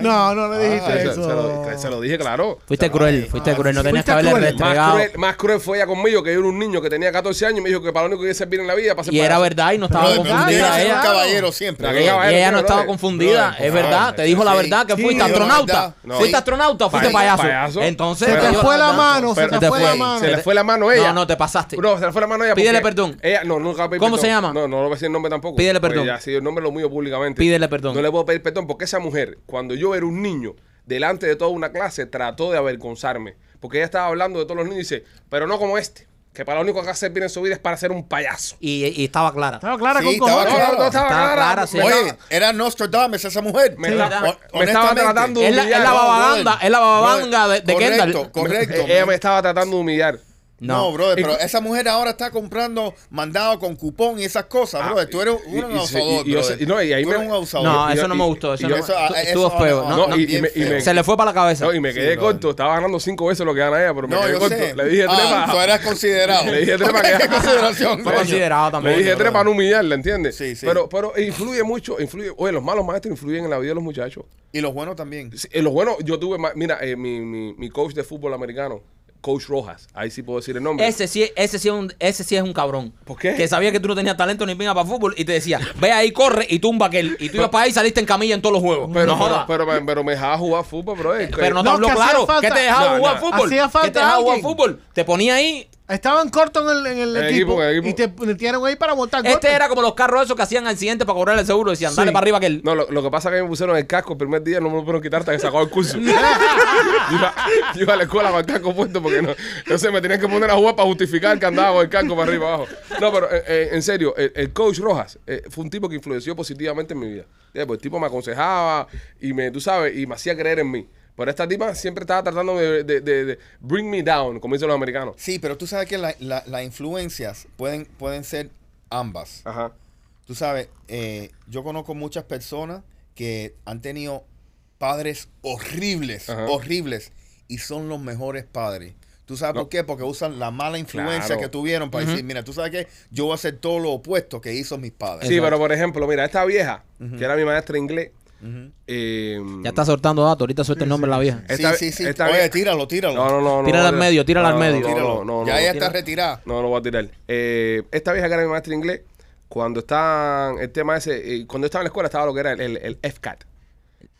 C: No, no le dijiste
A: Ah, se-
C: eso.
A: Se, lo, se lo dije, claro.
B: Fuiste cruel, fuiste cruel, no tenías que
C: fuiste
B: haberle
C: cruel.
A: Más
B: restregado.
A: cruel, más cruel fue ella conmigo, que yo era un niño que tenía 14 años y me dijo que para lo único que iba a servir en la vida era para ser
B: Y era
A: payaso.
B: verdad y no
D: Pero
B: estaba
D: tú tienes que
B: confundida
D: ser un
B: ella.
D: caballero siempre.
A: Pero que
D: brother.
B: Y ella no
A: Brother,
B: estaba
A: brother.
B: confundida,
D: Brother,
B: es
D: por
B: verdad,
D: favor.
B: te dijo la
D: Sí.
B: verdad que
D: Sí,
B: fuiste
D: dijo la
B: astronauta,
D: verdad.
A: No.
B: fuiste
A: Sí.
B: astronauta, o fuiste
A: Payaso,
B: payaso.
A: payaso.
B: Entonces
A: Se
C: Se te
A: Pero-
C: fue la mano, se
A: pero-
C: te
B: te
C: fue
B: fue,
C: la
A: Se
C: mano.
A: le fue la mano a ella.
B: No, no, te pasaste.
A: Bro, se le fue la mano a ella.
B: Pídele
A: porque
B: perdón.
A: Ella, no, nunca pedí
B: ¿Cómo se
A: perdón.
B: llama?
A: No, no le voy a decir el nombre tampoco.
B: Pídele
A: porque
B: perdón.
A: Ya, si el nombre lo mío públicamente.
B: Pídele perdón.
A: No le puedo pedir perdón porque esa mujer, cuando yo era un niño, delante de toda una clase, trató de avergonzarme. Porque ella estaba hablando de todos los niños y dice, pero no como este, que para lo único que hace bien en su vida es para ser un payaso.
B: Y, y estaba clara.
C: Estaba clara
D: Sí,
C: con
D: estaba
A: No,
C: cojones.
A: no, no,
D: Claro.
A: estaba
B: Estaba
A: clara.
B: clara, sí.
A: Me
D: Oye,
A: estaba-
D: era Nostradamus esa mujer.
A: Me
D: Sí,
A: estaba-
D: hon-
A: me estaba
D: honestamente.
A: tratando de
B: Es la- es la
A: humillar.
B: babaganda, es la babaganda de- de
D: correcto,
B: Kendall.
D: Correcto, eh,
A: Eh, Ella me estaba tratando de humillar.
D: No, brother, pero esa mujer ahora está comprando mandado con cupón y esas cosas,
A: Ah,
D: brother. Tú eres un,
A: y-
D: un
A: y- y-
D: abusador,
A: y- y-
D: brother.
A: y- no, y ahí
D: Tú
A: me-
D: eres un abusador.
B: No,
A: yo-
B: eso no me
A: y-
B: gustó. Eso
A: y-
B: no,
D: eso- a-
B: estu-
D: eso
B: estuvo
D: no,
B: feo.
D: no,
B: No,
A: no,
B: no.
A: y- y me- y me-
B: se le fue para la cabeza.
A: No, y me quedé
D: brother.
A: corto. Estaba ganando cinco veces lo que gana ella, pero me
D: No,
A: quedé
D: yo
A: corto.
D: sé.
A: Le dije
D: Ah,
A: tres
D: tú eras considerado.
A: Le dije tres
D: Ok,
A: para que-
D: (laughs) qué consideración.
B: Fue
D: coño.
B: considerado
A: Le
B: también.
A: dije
B: bro.
A: tres para no humillarla, ¿entiendes?
D: Sí, sí.
A: Pero, pero influye mucho, influye. Oye, los malos maestros influyen en la vida de los muchachos.
D: Y los buenos también.
A: Sí, eh, lo bueno, yo tuve, ma- mira, eh, mi, mi, mi coach de fútbol americano, Coach Rojas, ahí sí puedo decir el nombre.
B: Ese sí, ese, sí es un, ese sí es un cabrón.
A: ¿Por qué?
B: Que sabía que tú no tenías talento ni pinga para fútbol y te decía, ve ahí, corre y tumba aquel. Y tú ibas para ahí y saliste en camilla en todos los juegos.
A: pero,
B: no jodas.
A: pero, pero, me- pero me dejaba jugar fútbol, bro. eh, que-
B: Pero no te
C: No,
B: habló
C: que hacía
B: claro.
C: falta-
B: ¿Qué te dejaba
A: No,
B: jugar
A: no.
B: fútbol?
C: Hacía
B: ¿Qué te
C: falta
B: dejaba jugar
C: alguien.
B: fútbol? Te ponía ahí.
C: Estaban cortos en el, en el
A: En el
C: equipo,
A: equipo, en el
C: y te metieron ahí para botar
B: Este
C: golpes.
B: era como los carros esos que hacían accidentes para cobrar el seguro. Decían, dale
C: Sí.
B: para arriba aquel.
A: No, lo, lo que pasa es que me pusieron el casco el primer día, no me lo pudieron quitar hasta que se acabó el
B: (laughs)
A: curso. yo, iba, yo iba a la escuela con el casco puesto porque no. Entonces me tenían que poner a jugar para justificar que andaba con el casco para arriba y abajo. No, pero eh, eh, en serio, el, el coach Rojas eh, fue un tipo que influenció positivamente en mi vida. Ya, pues, el tipo me aconsejaba y me, tú sabes, y me hacía creer en mí. Pero esta tipa siempre estaba tratando de, de- de- de bring me down, como dicen los americanos.
D: Sí, pero tú sabes que la- la- las influencias pueden, pueden ser ambas.
A: Ajá.
D: Tú sabes, eh, yo conozco muchas personas que han tenido padres horribles,
A: Ajá.
D: horribles, y son los mejores padres. ¿Tú sabes
A: No.
D: por qué? Porque usan la mala influencia
A: Claro.
D: que tuvieron para decir, mira, tú sabes que yo voy a hacer todo lo opuesto que hizo mis padres.
A: Sí, pero por ejemplo, mira, esta vieja, que era mi maestra de inglés, eh,
B: Ya está soltando datos. Ahorita suelta el nombre de la vieja.
D: Sí,
A: Está-
D: sí, sí.
A: está
D: Oye,
A: bien.
D: tíralo, tíralo.
A: No, no, no. no,
B: Tírala al
A: no,
B: medio, tírala
A: no,
B: al
A: no,
B: medio.
A: no,
D: Tíralo.
A: No, no, no.
D: ya ella
B: tíralo.
D: está retirada.
A: No, no voy a tirar. Eh, esta vieja que era mi maestra de inglés, cuando está el tema ese, eh, cuando estaba en la escuela estaba lo que era el, el, el FCAT,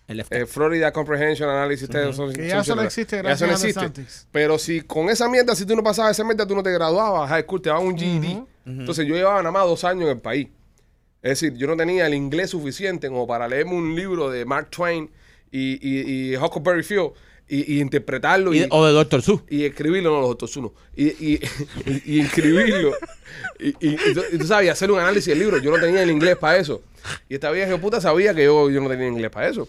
B: El F-
A: el eh, Florida Comprehension Analysis. Test Social-
C: Que ya eso
A: Social-
C: no existe,
A: Ya
C: gracias
A: eso no
C: a
A: existe.
C: DeSantis.
A: Pero si con esa mierda, si tú no pasabas esa mierda, tú no te graduabas, high school, te daban un GED. Entonces yo llevaba nada más dos años en el país. Es decir, yo no tenía el inglés suficiente como para leerme un libro de Mark Twain y, y, y Huckleberry Field y, y interpretarlo.
B: y-
A: y-
B: o de Doctor Sue.
A: y escribirlo, no los otros uno. Y, y, (laughs) y, y escribirlo. Y, y, y tú, y tú sabes, y hacer un análisis del libro. Yo no tenía el inglés para eso. Y esta vieja de puta sabía que yo, yo no tenía inglés para eso.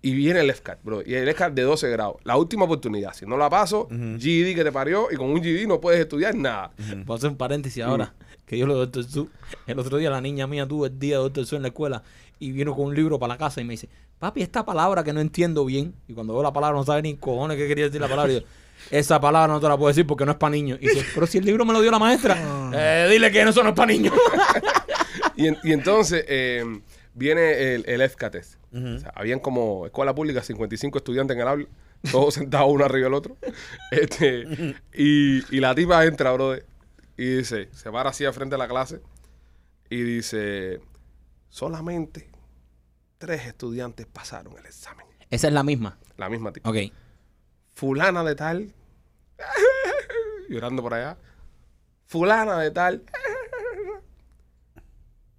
A: Y viene el FCAT, bro. Y el FCAT de 12 grados. La última oportunidad. Si no la paso, GD que te parió. Y con un GD no puedes estudiar nada.
B: Voy a hacer un paréntesis ahora. Que yo lo de Doctor Sue. El otro día la niña mía tuvo el día de Doctor Sue en la escuela y vino con un libro para la casa y me dice, papi, esta palabra que no entiendo bien. Y cuando veo la palabra no sabe ni cojones qué quería decir la palabra. Y (laughs) yo, esa palabra no te la puedo decir porque no es para niños. Y dice, pero si el libro me lo dio la (laughs) maestra, eh, dile que no, eso no es para niños.
A: Y, en- y entonces eh, viene el, el FCAT test. O sea, habían como escuela pública 55 estudiantes en el aula, todos (laughs) sentados uno arriba del otro. (laughs) Este, y, y la tipa entra, brother, y dice, se para así al frente de la clase y dice, solamente tres estudiantes pasaron el examen.
B: (laughs) Esa es la misma.
A: La misma tipa.
B: Ok.
A: Fulana de tal, (laughs) llorando por allá. Fulana de tal. (laughs)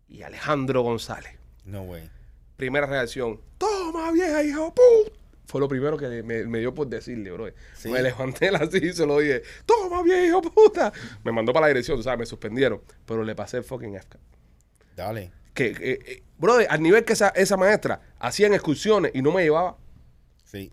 A: Y Alejandro González
D: No, güey.
A: primera reacción, toma vieja hijo, ¡pum! Fue lo primero que me, me dio por decirle, bro.
D: Sí.
A: Me levanté la silla y se lo dije, toma vieja hijo puta. Me mandó para la dirección, tú sabes, me suspendieron, pero le pasé el fucking FCAT.
D: Dale.
A: Que, eh, eh, brother, al nivel que esa, esa maestra hacían excursiones y no me llevaba,
D: Sí.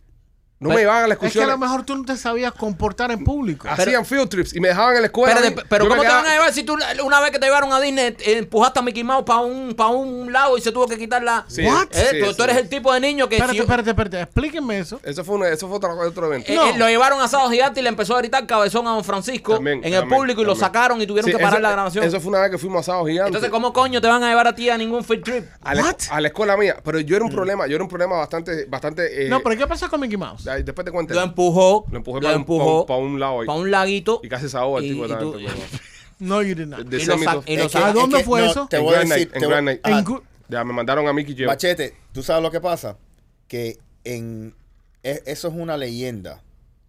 A: no
B: Pero-
A: me llevaban a la
C: Es que a
A: excursión.
C: lo mejor tú no te sabías comportar en público.
A: Hacían field trips y me dejaban en la escuela.
B: Espérate,
A: a mí.
B: pe- pero
A: Yo me
B: ¿cómo te
A: quedaba-
B: van a llevar si tú la- una vez que te llevaron a Disney eh, empujaste a Mickey Mouse para un, pa' un lado y se tuvo que quitar la...
A: Sí,
C: What?
B: Eh,
A: sí,
B: tú,
A: sí.
B: tú eres el tipo de niño que... si
C: Espérate,
B: yo-
C: espérate, espérate. Explíquenme eso.
A: Eso fue, una- eso fue otro, otro evento.
B: Eh,
C: No.
B: eh, lo llevaron a Sábado Gigante y le empezó a gritar cabezón a don Francisco
A: También,
B: en el
A: también,
B: público y lo
A: también.
B: sacaron y tuvieron
A: Sí,
B: que parar
A: eso-
B: la grabación.
A: Eso fue una vez que fuimos asados gigantes.
B: Entonces, ¿cómo coño te van a llevar a ti a ningún field trip?
A: a la,
C: What?
A: a la escuela mía. Pero yo
B: Mm.
A: era un problema, yo era un problema bastante, bastante. eh,
C: no, pero ¿qué pasó con Mickey Mouse?
A: Ay, Después te cuento.
B: Lo empujó,
A: Lo empujé
B: lo
A: para un-
B: empujó
A: pa' un- pa' un lado ahí.
B: pa' un laguito.
A: Y casi se ahoga el
B: Y-
A: tipo
B: y
A: también,
B: tú-
A: pero-
C: No, you did not.
A: de
B: y lo eh.
A: semi-
B: sa- y lo
D: Es
B: sa-
C: ¿A dónde fue eso?
D: Te
A: en
D: voy a
A: Grand
D: decir.
A: Night, en
D: te voy-
A: Grand Night.
D: ah,
C: En Gu-
A: Ya, me mandaron a Mickey Joe.
D: Machete, ¿tú sabes lo que pasa? Que en e- eso es una leyenda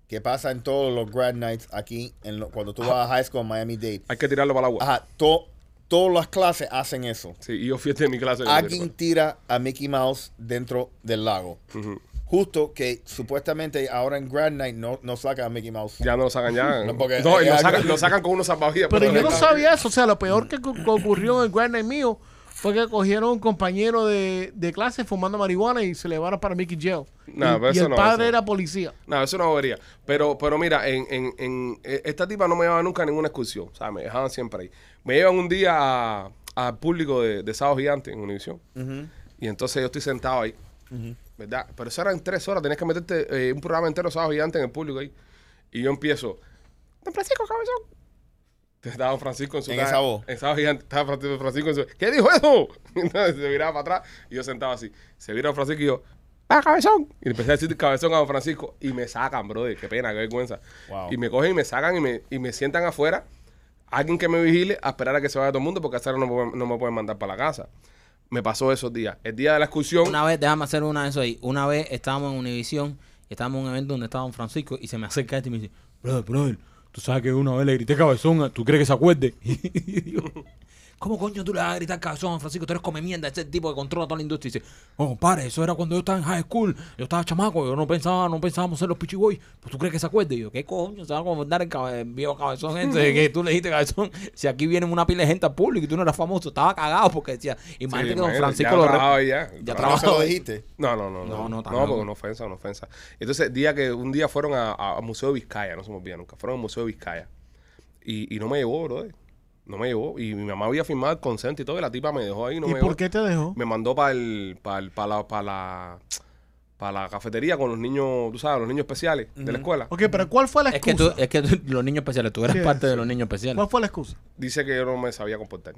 D: que pasa en todos los Grand Nights aquí, en lo- cuando tú vas a High School Miami Dade.
A: Hay que tirarlo para el agua.
D: Ajá, to- todas las clases hacen eso.
A: Sí, y yo fui de mi clase.
D: Alguien tira a Mickey Mouse dentro del lago.
A: Ujú.
D: Justo que supuestamente ahora en Grand Night no, no saca a Mickey Mouse.
A: Ya no lo sacan ya.
B: (laughs)
A: No,
D: No, porque-
A: y lo
D: eh,
A: sacan,
D: algo-
A: lo sacan con unos salvavidas.
C: Pero yo no
A: no-
C: sabía eso. O sea, lo peor que cu- ocurrió en el Grand Night mío fue que cogieron a un compañero de, de clase fumando marihuana y se le llevaron para Mickey Jail.
A: No,
C: y,
A: pero
C: y
A: eso
C: el
A: no,
C: padre
A: eso no.
C: era policía.
A: No, eso no vería. Pero, pero mira, en, en, en- eh, esta tipa no me llevaba nunca a ninguna excursión. O sea, me dejaban siempre ahí. Me llevan un día a- al público de, de Sábado Gigante en Univisión. Y entonces yo estoy sentado ahí. ¿Verdad? Pero eso eran tres horas. Tenías que meterte eh, un programa entero de Sábado Gigante en el público ahí. Y yo empiezo. Don Francisco Cabezón. Entonces Estaba Francisco en su
D: En
A: cara-
D: esa voz.
A: En Sábado Gigante. Estaba Francisco Francisco en su. ¿Qué dijo eso? (laughs) Entonces se viraba para atrás y yo sentaba así. Se vira Francisco y yo. ¡Ah, cabezón! Y empecé a decir cabezón a don Francisco y me sacan, brother. Qué pena, qué vergüenza.
D: Wow.
A: Y me cogen y me sacan y me, y me sientan afuera. Alguien que me vigile a esperar a que se vaya todo el mundo porque hasta ahora no, me pueden- no me pueden mandar para la casa. Me pasó esos días. El día de la excursión.
B: Una vez, déjame hacer una de eso ahí. Una vez estábamos en Univisión y estábamos en un evento donde estaba Don Francisco y se me acerca este y me dice, brother, brother, tú sabes que una vez le grité cabezón, ¿tú crees que se acuerde? Y digo, ¿cómo coño tú le vas a gritar cabezón a Don Francisco? Tú eres come mierda, ese tipo que controla toda la industria. Y dice, oh, compadre, eso era cuando yo estaba en high school, yo estaba chamaco, yo no pensaba, no pensábamos ser los pichiboy. Pues tú crees que se acuerde. Y yo, ¿qué coño? Se va a acordar el, cabe- el viejo cabezón ese que tú le dijiste cabezón. Si aquí viene una pila de gente al público y tú no eras famoso, estaba cagado porque decía,
A: Sí,
B: imagínate que Don
A: imagínate,
B: Francisco
A: ya
B: lo... re-
A: trabajaba ya.
B: ya
D: No
A: (laughs)
B: trabajaba.
D: se lo dijiste.
A: No, no, no.
B: No,
A: No,
B: no,
A: no,
B: tampoco.
A: porque una ofensa, una ofensa. Entonces, día que un día fueron a- a- al Museo de Vizcaya, no se me olvida nunca. Fueron al Museo de Vizcaya. Y, y no me llevó, brother. No me llevó. Y mi mamá había firmado el consente y todo. Y la tipa me dejó ahí. No
C: ¿Y
A: me
C: por
A: llevó.
C: qué te dejó?
A: Me mandó para el, para el, para la, para la, pa' la cafetería con los niños, tú sabes, los niños especiales de la escuela.
C: Ok, pero ¿cuál fue la
B: Es
C: excusa?
B: que, tú, es que tú- los niños especiales, tú eras
C: Sí,
B: parte de
C: sí.
B: los niños especiales.
C: ¿Cuál fue la excusa?
A: Dice que yo no me sabía comportar.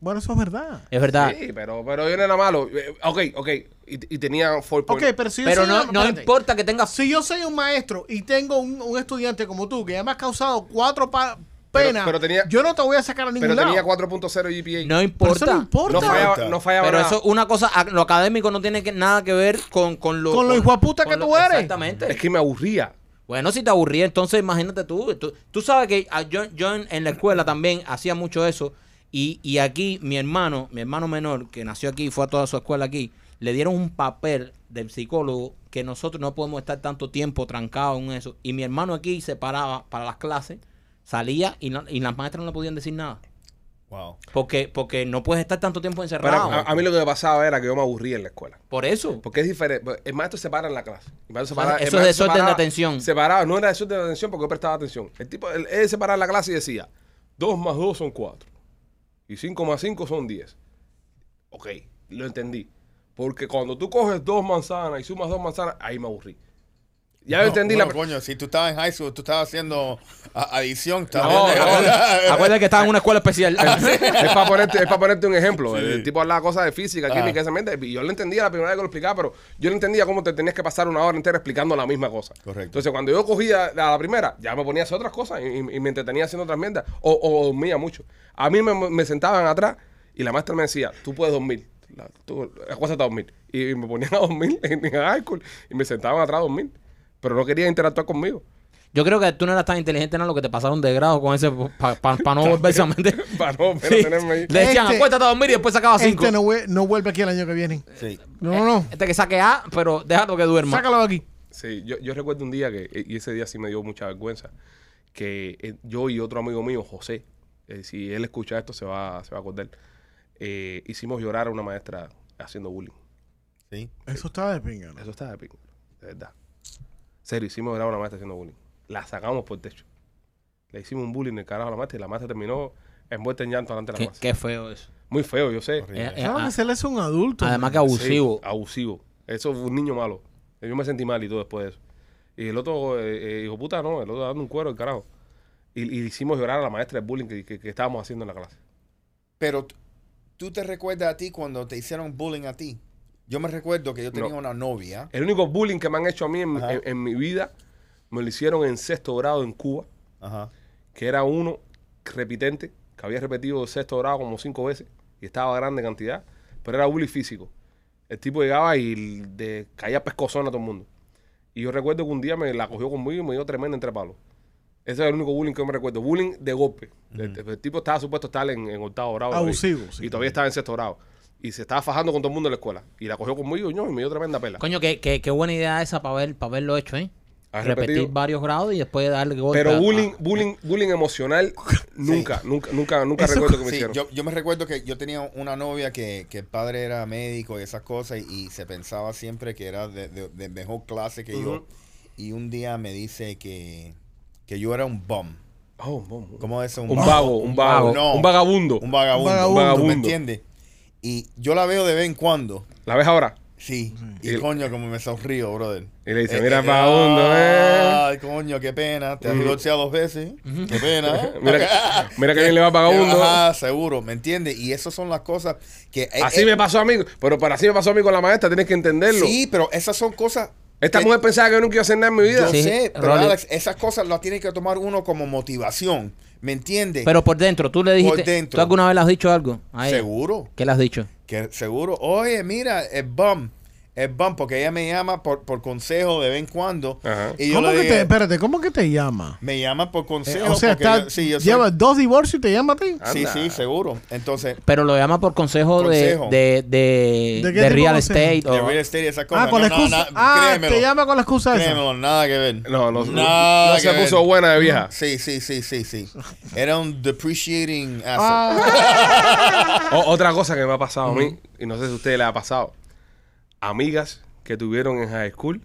C: Bueno, eso es verdad.
B: Es verdad.
A: Sí, pero, pero yo no era malo. Eh, Ok, ok. Y, y tenía four
C: Ok,
A: point.
C: pero si yo
B: Pero
C: soy
B: no,
C: una-
B: no
C: espérate.
B: importa que tengas...
C: Si yo soy un maestro y tengo un, un estudiante como tú que además has causado cuatro pa-
A: Pero-
C: penas,
A: pero tenía-
C: yo no te voy a sacar a ningún
A: pero
C: lado.
A: tenía 4.0 GPA.
B: No
C: Pero eso
B: importa.
C: no
A: No
C: importa.
A: fallaba, no fallaba
B: Pero
A: nada.
B: eso, una cosa, a- lo académico no tiene que, nada que ver con, con lo...
C: Con lo hijueputa
B: con
C: que
B: lo-
C: tú eres.
B: Exactamente.
A: Es que me aburría.
B: Bueno, si te aburría, entonces imagínate tú. Tú, tú sabes que ah, yo, yo en, en la escuela también hacía mucho eso. Y, y aquí mi hermano, mi hermano menor, que nació aquí y fue a toda su escuela aquí, le dieron un papel del psicólogo que nosotros no podemos estar tanto tiempo trancados en eso. Y mi hermano aquí se paraba para las clases, salía y, no- y las maestras no le podían decir nada.
D: Wow.
B: Porque, porque no puedes estar tanto tiempo
A: Pero ah,
B: encerrado.
A: a, a mí lo que me pasaba era que yo me aburría en la escuela.
B: Por eso.
A: Porque es diferente. pues, El maestro se para en la clase. El maestro se
B: O sea,
A: para- el
B: eso es
A: maestro
B: desorden
A: se
B: de
A: paraba-
B: atención.
A: Se paraba. No era desorden de atención porque yo prestaba atención. El tipo, él, él se paraba en la clase y decía, 2 más 2 son 4. Y 5 más 5 son 10. Ok, lo entendí. Porque cuando tú coges dos manzanas y sumas dos manzanas, ahí me aburrí. Ya yo
D: No,
A: entendí
D: bueno,
A: la...
D: coño, si tú estabas en high school, tú estabas haciendo a- adición. estabas-
A: No,
D: (laughs)
A: ah,
B: Acuérdate que estaba en una escuela especial.
A: (laughs) es para ponerte, es para ponerte un ejemplo.
D: pues, Sí.
A: El tipo hablaba cosas de física,
D: Ah.
A: química, esa mente. Y yo lo entendía la primera vez que lo explicaba, pero yo no entendía cómo te tenías que pasar una hora entera explicando la misma cosa.
D: Correcto.
A: Entonces, cuando yo cogía la, la primera, ya me ponía a hacer otras cosas y, y- y me entretenía haciendo otras mierdas. O, o dormía mucho. A mí me, me sentaban atrás y la maestra me decía, tú puedes dormir. La, tú, acuéstate a dormir. Y, me ponían a dormir (laughs) en el high school y me sentaban atrás a dormir. Pero no querían interactuar conmigo. (laughs)
B: Yo creo que tú no eras tan inteligente, nada, lo que te pasaron de grado con ese para no volverse a meter.
A: Para no, para
B: Sí.
A: tenerme ahí.
B: Le decían,
C: Este-
B: acuéstate a dormir y después sacaba cinco. Eh,
C: Este
B: Este,
C: no, vue- no vuelve aquí el año que viene.
D: Sí.
C: No, no, no.
B: que saque A, pero déjalo que duerma.
C: Sácalo de aquí.
A: Sí, yo, yo recuerdo un día que, e, y ese día sí me dio mucha vergüenza, que eh, yo y otro amigo mío, José, eh, si él escucha esto se va, se va a acordar, eh, hicimos llorar a una maestra haciendo bullying.
D: Sí.
C: Eso está de pinga. ¿no?
A: Eso está de pingo, de verdad. Serio, hicimos llorar a una maestra haciendo bullying. La sacamos por el techo. Le hicimos un bullying en el carajo a la maestra y la maestra terminó envuelta en llanto delante de la
B: Qué,
A: maestra.
B: qué feo eso.
A: Muy feo, yo sé.
D: Horrible.
B: Eh, eh,
C: Claro
B: a-
C: que se le hace un adulto.
B: además que
C: man.
B: abusivo.
A: Sí, abusivo. Eso fue un niño malo. Yo me sentí mal y todo después de eso. Y el otro, eh, eh, hijo puta, no, el otro dando un cuero, el carajo. Y, y hicimos llorar a la maestra del bullying que, que- que estábamos haciendo en la clase.
D: Pero t- tú te recuerdas a ti cuando te hicieron bullying a ti. Yo me recuerdo que yo tenía
A: No.
D: una novia.
A: El único bullying que me han hecho a mí en,
D: Ajá.
A: en- en mi vida me lo hicieron en sexto grado en Cuba,
D: Ajá.
A: que era uno repitente, que había repetido sexto grado como cinco veces y estaba grande cantidad, pero era bullying físico. El tipo llegaba y l- de, caía pescozón a todo el mundo. Y yo recuerdo que un día me la cogió conmigo y me dio tremendo entre palos. Ese es el único bullying que yo me recuerdo. Bullying de golpe. El- El, tipo estaba supuesto estar en, en octavo grado.
C: Abusivo,
A: Y,
C: sí.
A: y todavía estaba en sexto grado. Y se estaba fajando con todo el mundo en la escuela. Y la cogió conmigo ño, y me dio tremenda pela.
B: Coño, qué, qué, qué buena idea esa para ver, pa' verlo hecho, ¿eh?
A: Has
B: repetir
A: repetido.
B: varios grados y después darle golpe. a-
A: Pero
B: a-
A: bullying, bullying, bullying
C: (laughs)
A: emocional, nunca, nunca, nunca, nunca
C: Eso-
A: recuerdo que me
D: Sí,
A: hicieron.
D: yo, yo me recuerdo que yo tenía una novia que, que el padre era médico y esas cosas y, se pensaba siempre que era de, de- de mejor clase que yo.
A: Ujú.
D: Y un día me dice que, que yo era un bum.
A: Oh, oh, oh.
D: ¿Cómo es eso?
A: Un vago, un vago,
D: No.
A: un vagabundo.
D: Un vagabundo.
C: Un
D: ¿tú
A: vagabundo.
D: ¿Me entiendes? Y yo la veo de vez en cuando.
A: ¿La ves ahora?
D: Sí.
A: Y
D: Y
A: el-
D: coño, como me sonrío, brother. eh, ah,
A: Y le dice, mira, vagabundo, eh.
D: Ay, coño, qué pena. Te has divorciado dos veces. Qué pena, eh.
A: (laughs) Mira, que- mira que bien le va a
D: (laughs)
A: vagabundo.
D: Ajá, seguro, ¿me entiendes? Y esas son las cosas que... eh,
A: Así
D: eh,
A: me pasó a mí, pero para así me pasó a mí con la maestra, tienes que entenderlo.
D: Sí, pero esas son cosas...
A: Esta
D: que-
A: mujer pensaba que yo nunca iba a hacer nada en mi vida.
D: Yo
B: Sí,
D: sé, pero
B: Rolly.
D: Alex, esas cosas las tiene que tomar uno como motivación, ¿me entiendes?
B: Pero por dentro, tú le dijiste.
D: dentro.
B: ¿Tú alguna vez le has dicho algo? a ella?
D: Seguro.
B: ¿Qué le has dicho?
D: Que seguro, oye, mira, es bum, es bum, porque ella me llama por, por consejo de vez en cuando.
A: Ajá.
D: Y yo
C: ¿Cómo
D: le
C: que
D: digo,
C: te, espérate, ¿cómo que te llama?
D: me llama por
C: Eh,
D: consejo.
C: o sea,
D: porque
C: está,
D: yo- sí, yo soy-
C: lleva dos divorcios y te llama a ti.
D: sí,
A: Anda.
D: sí, seguro. Entonces,
B: Pero lo llama por consejo, de,
D: Consejo.
B: de, de,
C: ¿De qué
B: de
C: tipo
B: real
C: de
B: estate.
D: de
B: o-
D: real estate y esas cosas.
C: Ah, con
D: no,
C: la
D: no,
C: excusa.
D: na-
C: ah,
D: créemelo,
C: te llama con la excusa esa.
D: créemelo, nada que ver.
A: No, no,
D: Nada
A: no
D: que
A: se
D: ver.
A: puso buena de vieja.
D: Sí, sí, sí, sí, sí. Era un depreciating asset.
C: Ah,
A: O- otra cosa que me ha pasado a mí, y no sé si a ustedes les ha pasado, amigas que tuvieron en high school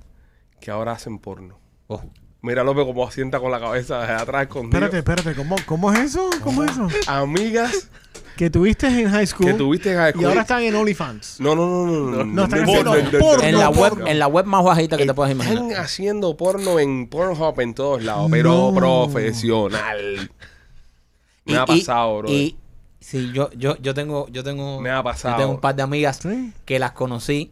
A: que ahora hacen porno.
B: Oh.
A: Mira López como asienta con la cabeza de atrás escondido.
C: espérate, espérate, ¿cómo, cómo es eso? ¿Cómo es eso?
A: Amigas
C: Que tuviste en high school
A: que tuviste en high
C: y
A: school.
C: ahora están en OnlyFans.
A: No, no, no, no. No,
C: No, están
A: no,
C: haciendo
A: no, no, no,
C: porno.
B: en la web,
C: porno.
B: en la web más bajita que te puedas
A: Están
B: imaginar.
A: haciendo porno en Pornhub en todos lados, pero
C: No.
A: profesional. Me
B: Y-
A: ha
B: y-
A: pasado, bro.
B: Y sí, yo, yo, yo tengo, yo tengo,
A: Me ha pasado.
B: yo tengo un par de amigas
C: Sí.
B: que las conocí.